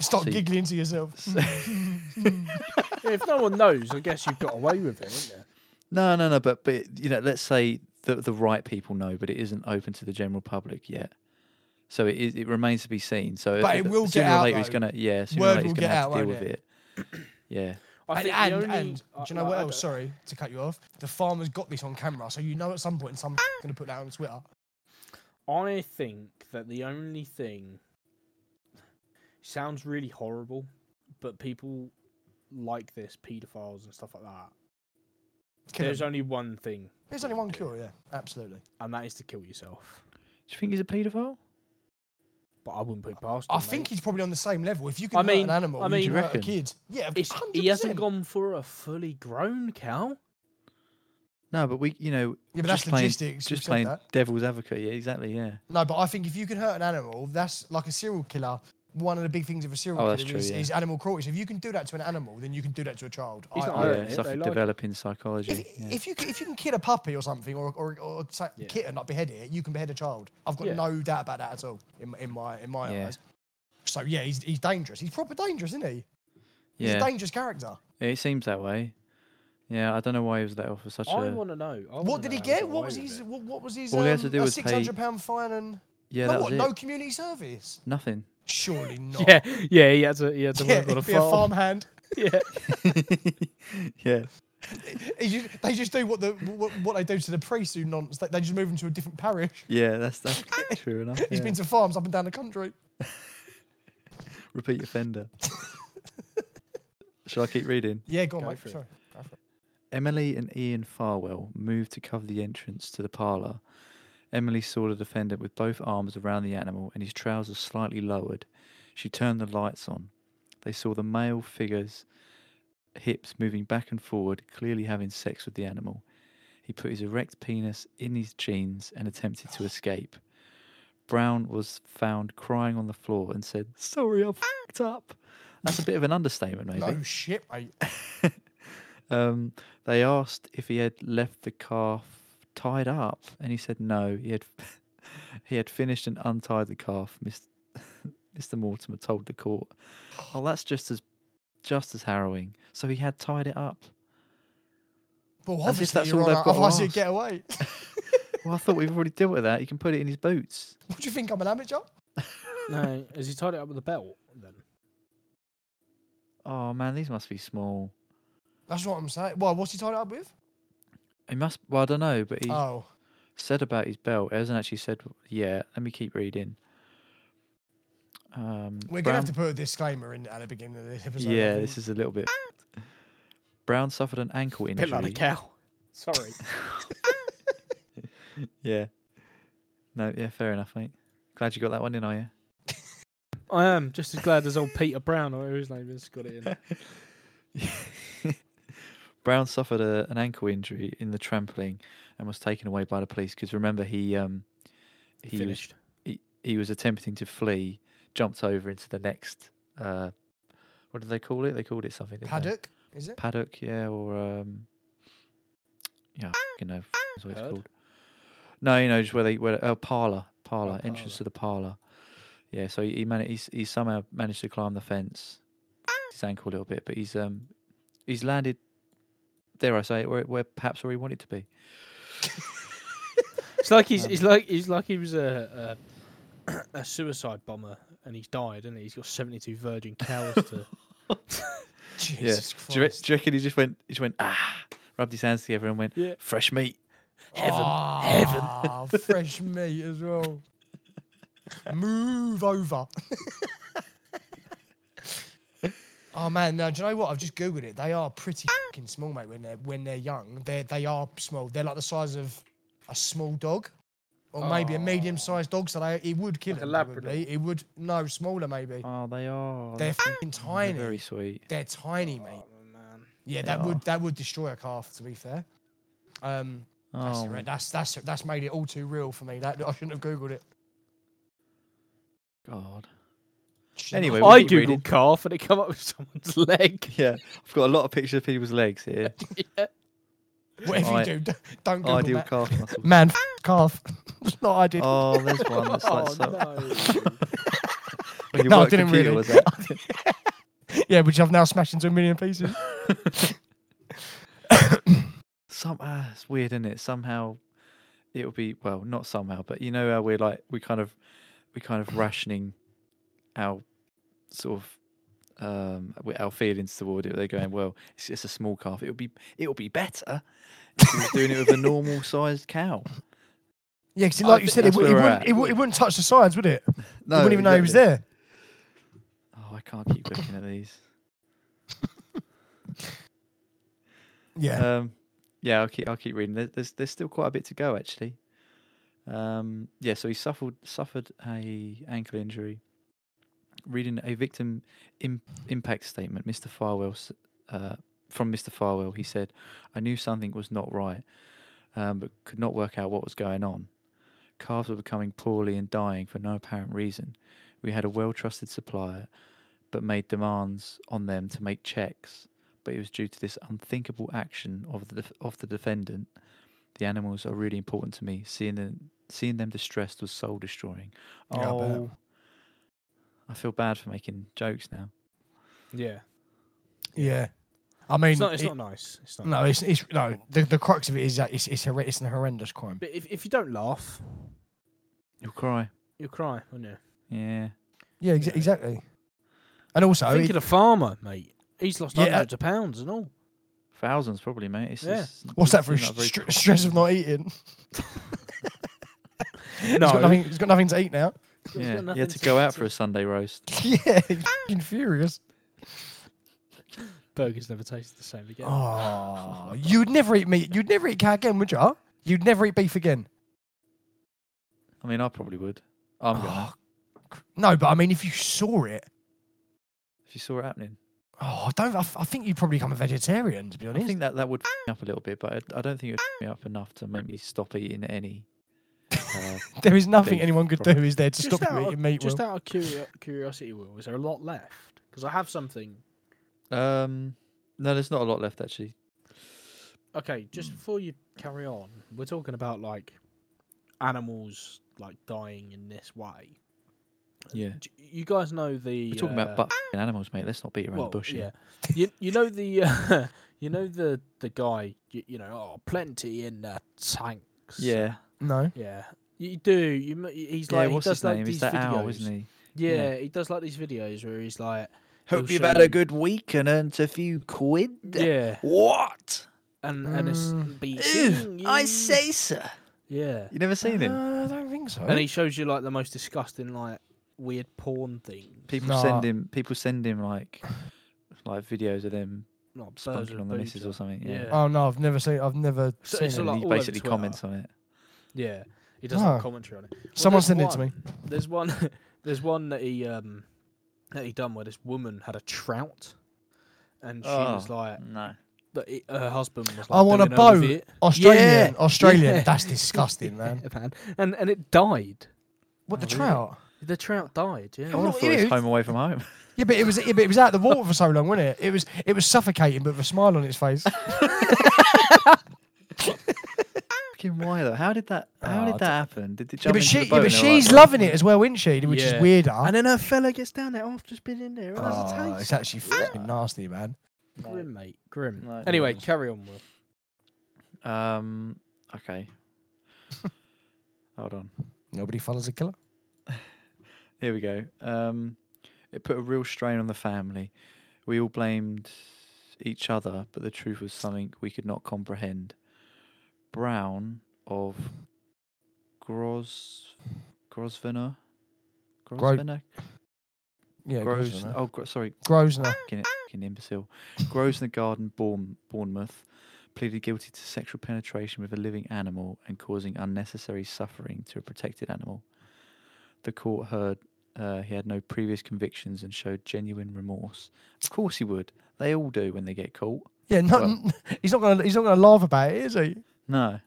[SPEAKER 2] Stop
[SPEAKER 3] See-
[SPEAKER 2] giggling to yourself.
[SPEAKER 1] Yeah, if no one knows, I guess you've got away with it, isn't it?
[SPEAKER 3] No, no, no. But but you know, let's say the the right people know, but it isn't open to the general public yet. So it is. It remains to be seen. So
[SPEAKER 2] But
[SPEAKER 3] uh,
[SPEAKER 2] it
[SPEAKER 3] uh,
[SPEAKER 2] will get
[SPEAKER 3] sooner
[SPEAKER 2] out,
[SPEAKER 3] or later. It's
[SPEAKER 2] though.
[SPEAKER 3] gonna yeah. Sooner
[SPEAKER 2] Word
[SPEAKER 3] or later,
[SPEAKER 2] will
[SPEAKER 3] it's
[SPEAKER 2] get
[SPEAKER 3] gonna have
[SPEAKER 2] out,
[SPEAKER 3] to deal
[SPEAKER 2] won't
[SPEAKER 3] with it. yeah.
[SPEAKER 1] I
[SPEAKER 2] And,
[SPEAKER 1] think
[SPEAKER 2] and,
[SPEAKER 1] the only,
[SPEAKER 2] and
[SPEAKER 1] I-
[SPEAKER 2] do you know
[SPEAKER 1] like,
[SPEAKER 2] what
[SPEAKER 1] I
[SPEAKER 2] else?
[SPEAKER 1] don't-
[SPEAKER 2] Sorry to cut you off. The farmer's got this on camera, so you know at some point someone's
[SPEAKER 1] Ah!
[SPEAKER 2] going to put that on Twitter.
[SPEAKER 1] I think that the only thing sounds really horrible, but people like this, paedophiles and stuff like that.
[SPEAKER 2] Kill
[SPEAKER 1] There's
[SPEAKER 2] him.
[SPEAKER 1] only one thing,
[SPEAKER 2] There's only one cure, yeah, absolutely.
[SPEAKER 1] and that is to kill yourself.
[SPEAKER 3] Do you think he's a paedophile?
[SPEAKER 1] But I wouldn't put it past.
[SPEAKER 2] I
[SPEAKER 1] him,
[SPEAKER 2] think
[SPEAKER 1] mate.
[SPEAKER 2] he's probably on the same level. If you can
[SPEAKER 1] I
[SPEAKER 2] hurt
[SPEAKER 1] mean-
[SPEAKER 2] an animal,
[SPEAKER 1] I
[SPEAKER 2] you
[SPEAKER 1] mean-
[SPEAKER 2] can
[SPEAKER 3] Do you
[SPEAKER 2] hurt a
[SPEAKER 3] reckon?
[SPEAKER 2] kid. Yeah, of
[SPEAKER 1] It's-
[SPEAKER 2] 100%.
[SPEAKER 1] he hasn't gone for a fully grown cow.
[SPEAKER 3] No, but we you know
[SPEAKER 2] Yeah, but
[SPEAKER 3] just
[SPEAKER 2] that's
[SPEAKER 3] playing
[SPEAKER 2] logistics. we've
[SPEAKER 3] just
[SPEAKER 2] said
[SPEAKER 3] playing
[SPEAKER 2] that.
[SPEAKER 3] devil's advocate. Yeah, exactly. Yeah.
[SPEAKER 2] No, but I think if you can hurt an animal, that's like a serial killer. One of the big things of a serial
[SPEAKER 3] Oh,
[SPEAKER 2] killer
[SPEAKER 3] that's true,
[SPEAKER 2] is,
[SPEAKER 3] yeah.
[SPEAKER 2] is animal cruelty. So if you can do that to an animal, then you can do that to a child.
[SPEAKER 1] He's
[SPEAKER 2] I-
[SPEAKER 1] not
[SPEAKER 2] I-
[SPEAKER 1] hurt
[SPEAKER 3] yeah,
[SPEAKER 1] it,
[SPEAKER 3] stuff
[SPEAKER 1] they
[SPEAKER 3] with
[SPEAKER 1] like it.
[SPEAKER 3] developing psychology.
[SPEAKER 2] If,
[SPEAKER 3] yeah.
[SPEAKER 2] if you c- if you can kill a puppy or something or or, or say,
[SPEAKER 1] Yeah.
[SPEAKER 2] kitten like behead it, you can behead a child. I've got
[SPEAKER 1] Yeah.
[SPEAKER 2] no doubt about that at all in, my- in my in my
[SPEAKER 3] Yeah.
[SPEAKER 2] eyes. So yeah, he's he's dangerous. He's proper dangerous, isn't he? He's
[SPEAKER 3] yeah.
[SPEAKER 2] a dangerous character.
[SPEAKER 3] it seems that way. Yeah, I don't know why he was let off for such
[SPEAKER 1] I
[SPEAKER 3] a
[SPEAKER 1] want to know. I
[SPEAKER 2] What
[SPEAKER 1] wanna
[SPEAKER 2] did he
[SPEAKER 1] know how
[SPEAKER 2] get?
[SPEAKER 1] got
[SPEAKER 2] What
[SPEAKER 1] away
[SPEAKER 2] was
[SPEAKER 1] with
[SPEAKER 2] his
[SPEAKER 1] it.
[SPEAKER 2] what, what was his
[SPEAKER 3] All he had
[SPEAKER 2] um,
[SPEAKER 3] to do
[SPEAKER 2] a
[SPEAKER 3] was pay-
[SPEAKER 2] six hundred pound fine and
[SPEAKER 3] yeah.
[SPEAKER 2] no
[SPEAKER 3] that
[SPEAKER 2] what
[SPEAKER 3] was it.
[SPEAKER 2] no community service?
[SPEAKER 3] Nothing.
[SPEAKER 2] Surely not.
[SPEAKER 1] Yeah, yeah, he had to. He had to
[SPEAKER 2] Yeah,
[SPEAKER 1] work on a
[SPEAKER 2] he'd be
[SPEAKER 1] farm.
[SPEAKER 2] a farmhand.
[SPEAKER 1] Yeah,
[SPEAKER 3] yeah.
[SPEAKER 2] He ju- they just do what the what, what they do to the priests who nonce. They, they just move him to a different parish.
[SPEAKER 3] Yeah. That's that's true enough.
[SPEAKER 2] He's
[SPEAKER 3] yeah.
[SPEAKER 2] been to farms up and down the country.
[SPEAKER 3] Repeat offender. Shall I keep reading?
[SPEAKER 2] Yeah, go on,
[SPEAKER 1] Go
[SPEAKER 2] mate.
[SPEAKER 1] for it.
[SPEAKER 2] Sorry.
[SPEAKER 3] Emily and Ian Farwell moved to cover the entrance to the parlour. Emily saw the defendant with both arms around the animal and his trousers slightly lowered. She turned the lights on. They saw the male figure's hips moving back and forward, clearly having sex with the animal. He put his erect penis in his jeans and attempted to escape. Brown was found crying on the floor and said, Sorry, I fucked up. That's a bit of an understatement, maybe.
[SPEAKER 2] No shit, mate.
[SPEAKER 3] Um, they asked if he had left the calf tied up, and he said no. He had he had finished and untied the calf. Mis- Mr. Mortimer told the court, "Oh, that's just as just as harrowing." So he had tied it up.
[SPEAKER 2] Well,
[SPEAKER 3] As if
[SPEAKER 2] obviously
[SPEAKER 3] that's
[SPEAKER 2] you're
[SPEAKER 3] all
[SPEAKER 2] on
[SPEAKER 3] they've got
[SPEAKER 2] a-
[SPEAKER 3] to
[SPEAKER 2] Otherwise, you
[SPEAKER 3] ask.
[SPEAKER 2] get away.
[SPEAKER 3] Well, I thought we've already dealt with that. You can put it in his boots.
[SPEAKER 2] what do you think? I'm an amateur.
[SPEAKER 1] no, has he tied it up with a belt then?
[SPEAKER 3] Oh man, these must be small.
[SPEAKER 2] That's what I'm saying. Well, what's he tied it up with?
[SPEAKER 3] He must. Well, I don't know, but he
[SPEAKER 2] Oh,
[SPEAKER 3] said about his belt. It hasn't actually said. Yeah, let me keep reading. Um,
[SPEAKER 2] we're gonna
[SPEAKER 3] Brown-
[SPEAKER 2] have to put a disclaimer in at the beginning of this episode. I
[SPEAKER 3] Yeah,
[SPEAKER 2] think.
[SPEAKER 3] this is a little bit. Brown suffered an ankle
[SPEAKER 1] Bit like a
[SPEAKER 3] injury.
[SPEAKER 1] cow. Sorry.
[SPEAKER 3] Yeah. No, yeah, fair enough, mate. Glad you got that one in, are you?
[SPEAKER 1] I am just as glad as old Peter Brown or whatever his name is got it in.
[SPEAKER 3] Brown suffered a, an ankle injury in the trampling and was taken away by the police because remember he um he was,
[SPEAKER 1] Finished.
[SPEAKER 3] he, he was attempting to flee, jumped over into the next uh what did they call it? They called it something. didn't they?
[SPEAKER 2] paddock. Is it?
[SPEAKER 3] Paddock, yeah, or um, yeah, you know, that's what it's
[SPEAKER 1] Herd?
[SPEAKER 3] called. No, you know, just where they where oh parlor, parlor, entrance
[SPEAKER 1] parlour.
[SPEAKER 3] to the parlor. Yeah, so he managed. He's, he somehow managed to climb the fence, his ankle a little bit, but he's um he's landed. Dare I say it, where, where perhaps where he wanted to be.
[SPEAKER 1] It's like he's, he's like he's like he was a, a a suicide bomber and he's died, and he? he's got seventy two virgin cows to.
[SPEAKER 2] Jesus
[SPEAKER 3] Do, you, re-
[SPEAKER 2] Christ.
[SPEAKER 3] do you reckon he just went? He just went ah, rubbed his hands together and went
[SPEAKER 1] Yeah.
[SPEAKER 3] fresh meat.
[SPEAKER 2] Ah, fresh meat as well. Move over. oh man, no, do you know what? I've just googled it. They are pretty fucking small, mate. When they're when they're young, they they are small. They're like the size of a small dog, or maybe a medium-sized dog. So they it would kill
[SPEAKER 4] Like a
[SPEAKER 2] them.
[SPEAKER 4] Labrador.
[SPEAKER 2] probably. It would no smaller maybe.
[SPEAKER 3] Oh, they are.
[SPEAKER 2] they're eh? fucking
[SPEAKER 3] they're
[SPEAKER 2] tiny.
[SPEAKER 3] very sweet.
[SPEAKER 2] They're tiny, mate.
[SPEAKER 1] man.
[SPEAKER 2] Yeah,
[SPEAKER 3] They
[SPEAKER 2] that
[SPEAKER 3] are.
[SPEAKER 2] would that would destroy a calf. To be fair. Um, that's,
[SPEAKER 3] Oh,
[SPEAKER 2] right. that's that's that's made it all too real for me. That I shouldn't have googled it.
[SPEAKER 3] God.
[SPEAKER 2] Shit.
[SPEAKER 3] Anyway, we
[SPEAKER 1] I
[SPEAKER 3] keep reading.
[SPEAKER 1] googled calf and it come up with someone's leg.
[SPEAKER 3] Yeah, I've got a lot of pictures of people's legs here.
[SPEAKER 2] whatever
[SPEAKER 3] I-
[SPEAKER 2] you do, d- don't Google
[SPEAKER 3] Ideal
[SPEAKER 2] that.
[SPEAKER 3] calf muscles.
[SPEAKER 2] Man, f- calf. not I did.
[SPEAKER 3] Oh, there's one that's like so. When you
[SPEAKER 2] No, I
[SPEAKER 3] work
[SPEAKER 2] didn't
[SPEAKER 3] computer,
[SPEAKER 2] really.
[SPEAKER 3] was that? Oh.
[SPEAKER 2] Yeah, which I've now smashed into a million pieces.
[SPEAKER 3] Some, ah, it's weird, isn't it? Somehow, it'll be well, not somehow, but you know how we're like we kind of we kind of rationing our sort of um wi- our feelings toward it. They're going well. It's just a small calf. It'll be it'll be better. if he was doing it with a normal sized cow.
[SPEAKER 2] Yeah, because
[SPEAKER 3] I
[SPEAKER 2] like you
[SPEAKER 3] think
[SPEAKER 2] said, it,
[SPEAKER 3] that's
[SPEAKER 2] would, it,
[SPEAKER 3] where we're
[SPEAKER 2] wouldn't,
[SPEAKER 3] at.
[SPEAKER 2] it, would, it wouldn't touch the sides, would it?
[SPEAKER 3] No,
[SPEAKER 2] you wouldn't even know he was
[SPEAKER 3] exactly.
[SPEAKER 2] there.
[SPEAKER 3] Oh, I can't keep looking at these.
[SPEAKER 2] Yeah.
[SPEAKER 3] um, yeah, I'll keep I'll keep reading. There- There's there's still quite a bit to go actually. Um, yeah, so he suffered suffered a ankle injury. Reading a victim im- impact statement, Mr. Farwell s- uh, from Mr. Farwell, he said, "I knew something was not right, um, but could not work out what was going on. Calves were becoming poorly and dying for no apparent reason. We had a well-trusted supplier, but made demands on them to make checks." but it was due to this unthinkable action of the def- of the defendant. The animals are really important to me. Seeing them seeing them distressed was soul destroying.
[SPEAKER 2] Yeah, I bet.
[SPEAKER 3] oh, I feel bad for making jokes now.
[SPEAKER 1] yeah,
[SPEAKER 2] yeah. I mean,
[SPEAKER 1] it's not. It's
[SPEAKER 2] it-
[SPEAKER 1] not nice. It's not.
[SPEAKER 2] no,
[SPEAKER 1] nice.
[SPEAKER 2] it's, it's no. The, the crux of it is that it's it's, horre- it's a horrendous crime.
[SPEAKER 1] But if if you don't laugh,
[SPEAKER 3] You'll cry.
[SPEAKER 1] you'll cry, won't you?
[SPEAKER 3] Yeah.
[SPEAKER 2] Yeah, ex-
[SPEAKER 1] Yeah.
[SPEAKER 2] exactly. And also,
[SPEAKER 1] Think
[SPEAKER 2] it,
[SPEAKER 1] of the farmer, mate. He's lost
[SPEAKER 2] Yeah.
[SPEAKER 1] hundreds of pounds and all.
[SPEAKER 3] Thousands probably, mate. It's,
[SPEAKER 1] Yeah.
[SPEAKER 3] it's-
[SPEAKER 2] what's that
[SPEAKER 3] it's
[SPEAKER 2] for?
[SPEAKER 3] not
[SPEAKER 2] st-
[SPEAKER 3] very-
[SPEAKER 2] str- stress of not eating.
[SPEAKER 1] No,
[SPEAKER 2] he's got nothing, he's got nothing to eat now.
[SPEAKER 1] he's got
[SPEAKER 3] yeah. He
[SPEAKER 1] nothing
[SPEAKER 3] had to go out for a Sunday roast.
[SPEAKER 2] yeah,
[SPEAKER 1] Ah.
[SPEAKER 2] he's fucking furious.
[SPEAKER 1] burgers. Never tasted the same again.
[SPEAKER 2] Oh, you'd never eat meat. You'd never eat cow again, would you? You'd never eat beef again.
[SPEAKER 3] I mean, I probably would.
[SPEAKER 1] Oh,
[SPEAKER 3] I'm gonna.
[SPEAKER 2] Ah, No, but I mean, if you saw it,
[SPEAKER 3] If you saw it happening,
[SPEAKER 2] oh, I don't. I, f- I think you'd probably become a vegetarian, to be
[SPEAKER 3] I
[SPEAKER 2] honest.
[SPEAKER 3] think that that would f- me up a little bit, but I, I don't think it would f- me up enough to make me stop eating any. Uh,
[SPEAKER 2] there is nothing
[SPEAKER 3] beef,
[SPEAKER 2] anyone could
[SPEAKER 3] probably.
[SPEAKER 2] do, is there, to stop
[SPEAKER 1] out
[SPEAKER 2] you
[SPEAKER 1] of,
[SPEAKER 2] eating meat?
[SPEAKER 1] Just
[SPEAKER 2] Will.
[SPEAKER 1] out of curio- curiosity, Will, is there a lot left? Because I have something.
[SPEAKER 3] Um, no, there's not a lot left actually.
[SPEAKER 1] Okay, just
[SPEAKER 2] Hmm.
[SPEAKER 1] before you carry on, we're talking about like animals like dying in this way.
[SPEAKER 3] Yeah,
[SPEAKER 1] Do you guys know the
[SPEAKER 3] we're talking
[SPEAKER 1] uh,
[SPEAKER 3] about butt f***ing animals, mate. Let's not beat around
[SPEAKER 1] well,
[SPEAKER 3] the bush
[SPEAKER 1] yeah.
[SPEAKER 3] here.
[SPEAKER 1] you you know the uh, you know the the guy you, you know oh plenty in the tanks.
[SPEAKER 3] Yeah,
[SPEAKER 2] No.
[SPEAKER 1] yeah. You do. You m- he's
[SPEAKER 3] yeah.
[SPEAKER 1] like
[SPEAKER 3] what's
[SPEAKER 1] he does
[SPEAKER 3] his
[SPEAKER 1] like
[SPEAKER 3] name?
[SPEAKER 1] these
[SPEAKER 3] Is that
[SPEAKER 1] videos.
[SPEAKER 3] Owl, isn't he?
[SPEAKER 1] Yeah,
[SPEAKER 3] Yeah.
[SPEAKER 1] he does like these videos where he's like
[SPEAKER 3] Hope
[SPEAKER 1] He'll
[SPEAKER 3] you've
[SPEAKER 1] show
[SPEAKER 3] had a
[SPEAKER 1] you.
[SPEAKER 3] good week and earned a few quid.
[SPEAKER 1] yeah,
[SPEAKER 3] What?
[SPEAKER 1] and and it's
[SPEAKER 2] Mm.
[SPEAKER 1] be
[SPEAKER 3] Ew, I
[SPEAKER 1] singing.
[SPEAKER 3] say, sir.
[SPEAKER 1] yeah.
[SPEAKER 3] You never seen him?
[SPEAKER 2] Uh, I don't think so.
[SPEAKER 1] And he shows you like the most disgusting, like weird porn thing.
[SPEAKER 3] People
[SPEAKER 2] Nah.
[SPEAKER 3] send him. People send him like, like videos of them
[SPEAKER 1] Not birds
[SPEAKER 3] spunking on the missus or something. Yeah.
[SPEAKER 1] Yeah.
[SPEAKER 2] oh no, I've never seen. I've never
[SPEAKER 1] So
[SPEAKER 2] seen
[SPEAKER 1] it's
[SPEAKER 2] it.
[SPEAKER 1] a lot-
[SPEAKER 3] And
[SPEAKER 1] all
[SPEAKER 3] he
[SPEAKER 1] over
[SPEAKER 3] basically
[SPEAKER 1] Twitter.
[SPEAKER 3] comments Ah. on it.
[SPEAKER 1] Yeah, he does have
[SPEAKER 2] Oh.
[SPEAKER 1] commentary on it. Well,
[SPEAKER 2] Someone
[SPEAKER 1] there's
[SPEAKER 2] send it to
[SPEAKER 1] one-
[SPEAKER 2] me.
[SPEAKER 1] There's one. There's one that he um that he done where this woman had a trout, and she was
[SPEAKER 3] Oh.
[SPEAKER 1] like,
[SPEAKER 3] No.
[SPEAKER 1] but it, her husband was like,
[SPEAKER 2] I want a
[SPEAKER 1] doing her with
[SPEAKER 2] boat.
[SPEAKER 1] it.
[SPEAKER 2] Australian, Australian.
[SPEAKER 1] yeah.
[SPEAKER 2] That's disgusting, man.
[SPEAKER 1] Yeah, man. And and it died.
[SPEAKER 2] What the
[SPEAKER 1] Oh, really?
[SPEAKER 2] trout?
[SPEAKER 1] The trout died. Yeah.
[SPEAKER 2] Oh,
[SPEAKER 3] I
[SPEAKER 2] no,
[SPEAKER 3] thought it was
[SPEAKER 2] ew.
[SPEAKER 3] home away from home.
[SPEAKER 2] Yeah, but it was yeah, but it was out of the water for so long, wasn't it? It was it was suffocating, but with a smile on its face.
[SPEAKER 3] Fucking why though? How did that? How
[SPEAKER 1] Oh,
[SPEAKER 3] did
[SPEAKER 1] I
[SPEAKER 3] that happen? Did it
[SPEAKER 2] Yeah,
[SPEAKER 3] jump
[SPEAKER 2] but
[SPEAKER 3] into
[SPEAKER 2] she,
[SPEAKER 3] the
[SPEAKER 2] yeah,
[SPEAKER 3] boat
[SPEAKER 2] but
[SPEAKER 3] and they're
[SPEAKER 2] she's
[SPEAKER 3] like,
[SPEAKER 2] loving it as well, isn't she? Which
[SPEAKER 1] Yeah.
[SPEAKER 2] is weirder.
[SPEAKER 1] And then her fella gets down there after it's been in there. and has
[SPEAKER 2] Oh,
[SPEAKER 1] a
[SPEAKER 2] it's
[SPEAKER 1] taste.
[SPEAKER 2] actually fucking nasty, man.
[SPEAKER 1] Grim, mate. Grim.
[SPEAKER 3] No, it
[SPEAKER 1] anyway,
[SPEAKER 3] doesn't.
[SPEAKER 1] carry on, Will.
[SPEAKER 3] Um. Okay. Hold on.
[SPEAKER 2] Nobody follows a killer.
[SPEAKER 3] Here we go. Um, it put a real strain on the family. We all blamed each other, but the truth was something we could not comprehend. Brown of Gros Grosvenor. Grosvenor.
[SPEAKER 2] Yeah,
[SPEAKER 3] Gros.
[SPEAKER 2] Grosvenor.
[SPEAKER 3] Oh, Gro- sorry.
[SPEAKER 2] Grosvenor.
[SPEAKER 3] Fucking, fucking imbecile. Grosvenor Garden, Bourne, Bournemouth, pleaded guilty to sexual penetration with a living animal and causing unnecessary suffering to a protected animal. The court heard uh, he had no previous convictions and showed genuine remorse. Of course he would. They all do when they get caught.
[SPEAKER 2] Yeah, not, he's not gonna he's not gonna laugh about it, is he?
[SPEAKER 3] No.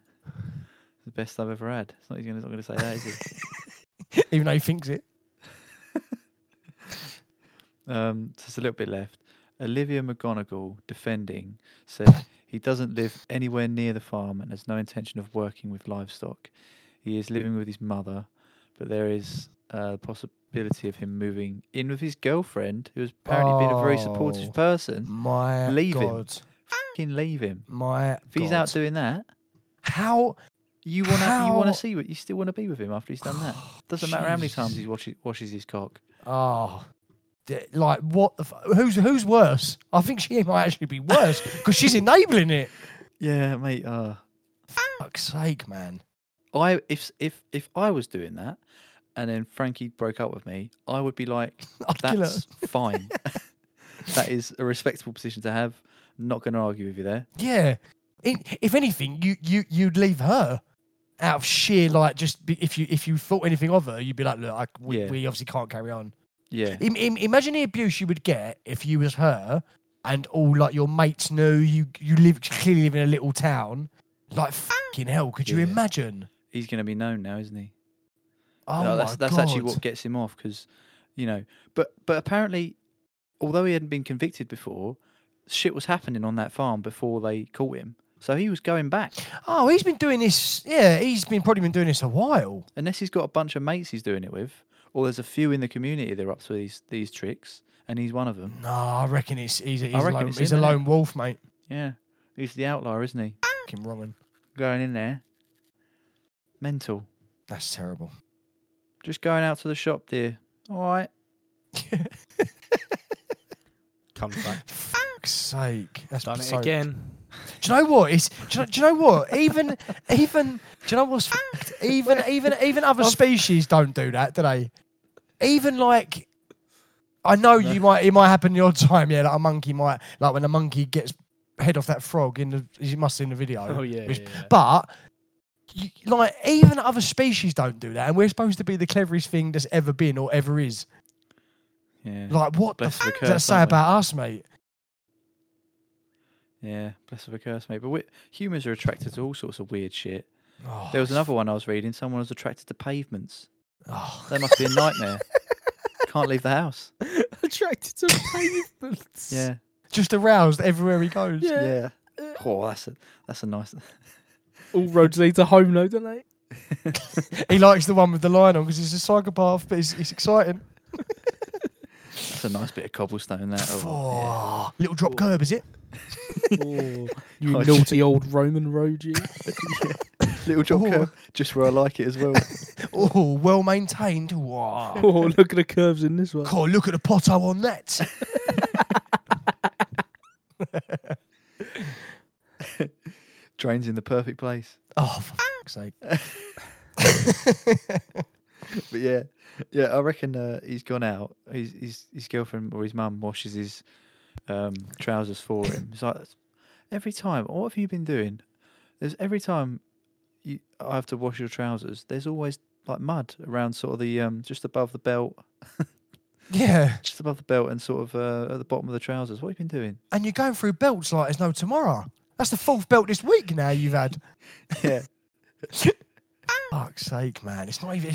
[SPEAKER 3] The best I've ever had. It's not, he's not going to say that, is he?
[SPEAKER 2] Even though he thinks it.
[SPEAKER 3] Um, just a little bit left. Olivia McGonagall, defending, said he doesn't live anywhere near the farm and has no intention of working with livestock. He is living with his mother, but there is uh, the possibility of him moving in with his girlfriend, who has apparently been a very
[SPEAKER 2] Oh.
[SPEAKER 3] supportive person.
[SPEAKER 2] My
[SPEAKER 3] Leave him.
[SPEAKER 2] God.
[SPEAKER 3] Fucking leave him.
[SPEAKER 2] My
[SPEAKER 3] If he's out
[SPEAKER 2] God.
[SPEAKER 3] doing that,
[SPEAKER 2] How
[SPEAKER 3] you want to you want
[SPEAKER 2] How-
[SPEAKER 3] to see what you still want to be with him after he's done that. Doesn't matter how many times he washes, washes his cock.
[SPEAKER 2] Oh, d- like what? The f- who's who's worse? I think she might actually be worse because she's enabling it.
[SPEAKER 3] Yeah, mate. Uh,
[SPEAKER 2] Fuck's sake, man!
[SPEAKER 3] I if s- if if I was doing that, and then Frankie broke up with me, I would be like,
[SPEAKER 2] I'd kill her.
[SPEAKER 3] that's fine. that is a respectable position to have. Not going to argue with you there.
[SPEAKER 2] Yeah. In, if anything, you you you'd leave her out of sheer like just be, if you if you thought anything of her, you'd be like, look, I, we,
[SPEAKER 3] Yeah.
[SPEAKER 2] we obviously can't carry on.
[SPEAKER 3] Yeah,
[SPEAKER 2] Im, im, imagine the abuse you would get if you was her and all like your mates knew you you live clearly live in a little town. Like fucking hell, could you
[SPEAKER 3] Yeah.
[SPEAKER 2] imagine?
[SPEAKER 3] he's going to be known now, isn't he?
[SPEAKER 2] Oh
[SPEAKER 3] No, that's
[SPEAKER 2] my
[SPEAKER 3] that's
[SPEAKER 2] God.
[SPEAKER 3] actually what gets him off because, you know, but but apparently, although he hadn't been convicted before, shit was happening on that farm before they caught him. So he was going back,
[SPEAKER 2] Oh, he's been doing this. Yeah, he's been probably been doing this a while.
[SPEAKER 3] unless he's got a bunch of mates he's doing it with, or there's a few in the community that are up to these these tricks, and he's one of them.
[SPEAKER 2] No, I reckon it's he's he's, a
[SPEAKER 3] reckon
[SPEAKER 2] lone,
[SPEAKER 3] it's
[SPEAKER 2] he's a
[SPEAKER 3] him, innit?
[SPEAKER 2] lone wolf, mate.
[SPEAKER 3] Yeah, he's the outlier, isn't he?
[SPEAKER 2] Fucking wrong. un.
[SPEAKER 3] Going in there, mental.
[SPEAKER 2] That's terrible.
[SPEAKER 3] Just going out to the shop, dear. All right.
[SPEAKER 1] Comes back.
[SPEAKER 2] Fuck's sake. That's
[SPEAKER 1] Done it
[SPEAKER 2] so-
[SPEAKER 1] again.
[SPEAKER 2] Do you know what? It's do you know, do you know what? Even even do you know what's fucked? Even even even other species don't do that, do they? Even like I know you might it might happen in your time, yeah. Like a monkey might like when a monkey gets head off that frog in the you must see in the video.
[SPEAKER 1] Oh, yeah.
[SPEAKER 2] It's-
[SPEAKER 1] yeah, yeah.
[SPEAKER 2] But you, like even other species don't do that, and we're supposed to be the cleverest thing that's ever been or ever is.
[SPEAKER 3] Yeah.
[SPEAKER 2] Like what the
[SPEAKER 3] Blessed
[SPEAKER 2] f-
[SPEAKER 3] with a
[SPEAKER 2] does that
[SPEAKER 3] curse,
[SPEAKER 2] say
[SPEAKER 3] aren't we?
[SPEAKER 2] about us, mate?
[SPEAKER 3] Yeah. Bless of a curse, mate. But we, humans are attracted to all sorts of weird shit.
[SPEAKER 2] Oh,
[SPEAKER 3] There was another one I was reading. Someone was attracted to pavements.
[SPEAKER 2] oh.
[SPEAKER 3] That must be a nightmare. Can't leave the house.
[SPEAKER 1] Attracted to pavements.
[SPEAKER 3] Yeah.
[SPEAKER 2] just aroused everywhere he goes.
[SPEAKER 1] Yeah.
[SPEAKER 3] Oh, that's a that's a nice.
[SPEAKER 1] All roads lead to home, though, don't they?
[SPEAKER 2] He likes the one with the line on because he's a psychopath, but it's, it's exciting.
[SPEAKER 3] That's a nice bit of cobblestone. That. Oh,
[SPEAKER 2] Oh, little drop curb, is it?
[SPEAKER 1] Oh, you
[SPEAKER 3] Oh,
[SPEAKER 1] naughty old Roman road, you.
[SPEAKER 3] yeah. Little
[SPEAKER 2] Oh.
[SPEAKER 3] joker. Just where I like it as well.
[SPEAKER 2] Oh, well maintained. Wow.
[SPEAKER 1] Oh, look at the curves in this one.
[SPEAKER 2] God, look at the potto on that.
[SPEAKER 3] Drains in the perfect place.
[SPEAKER 2] Oh, for fuck's sake.
[SPEAKER 3] But yeah, yeah, I reckon uh, he's gone out. His, his his girlfriend or his mum washes his um, trousers for him. It's like every time. What have you been doing? There's every time you I have to wash your trousers. There's always like mud around sort of the um, just above the belt,
[SPEAKER 2] Yeah.
[SPEAKER 3] just above the belt, and sort of uh, at the bottom of the trousers. What have you been doing?
[SPEAKER 2] And you're going through belts like there's no tomorrow. That's the fourth belt this week now you've had.
[SPEAKER 3] Yeah,
[SPEAKER 2] Fuck's sake, man. It's not even,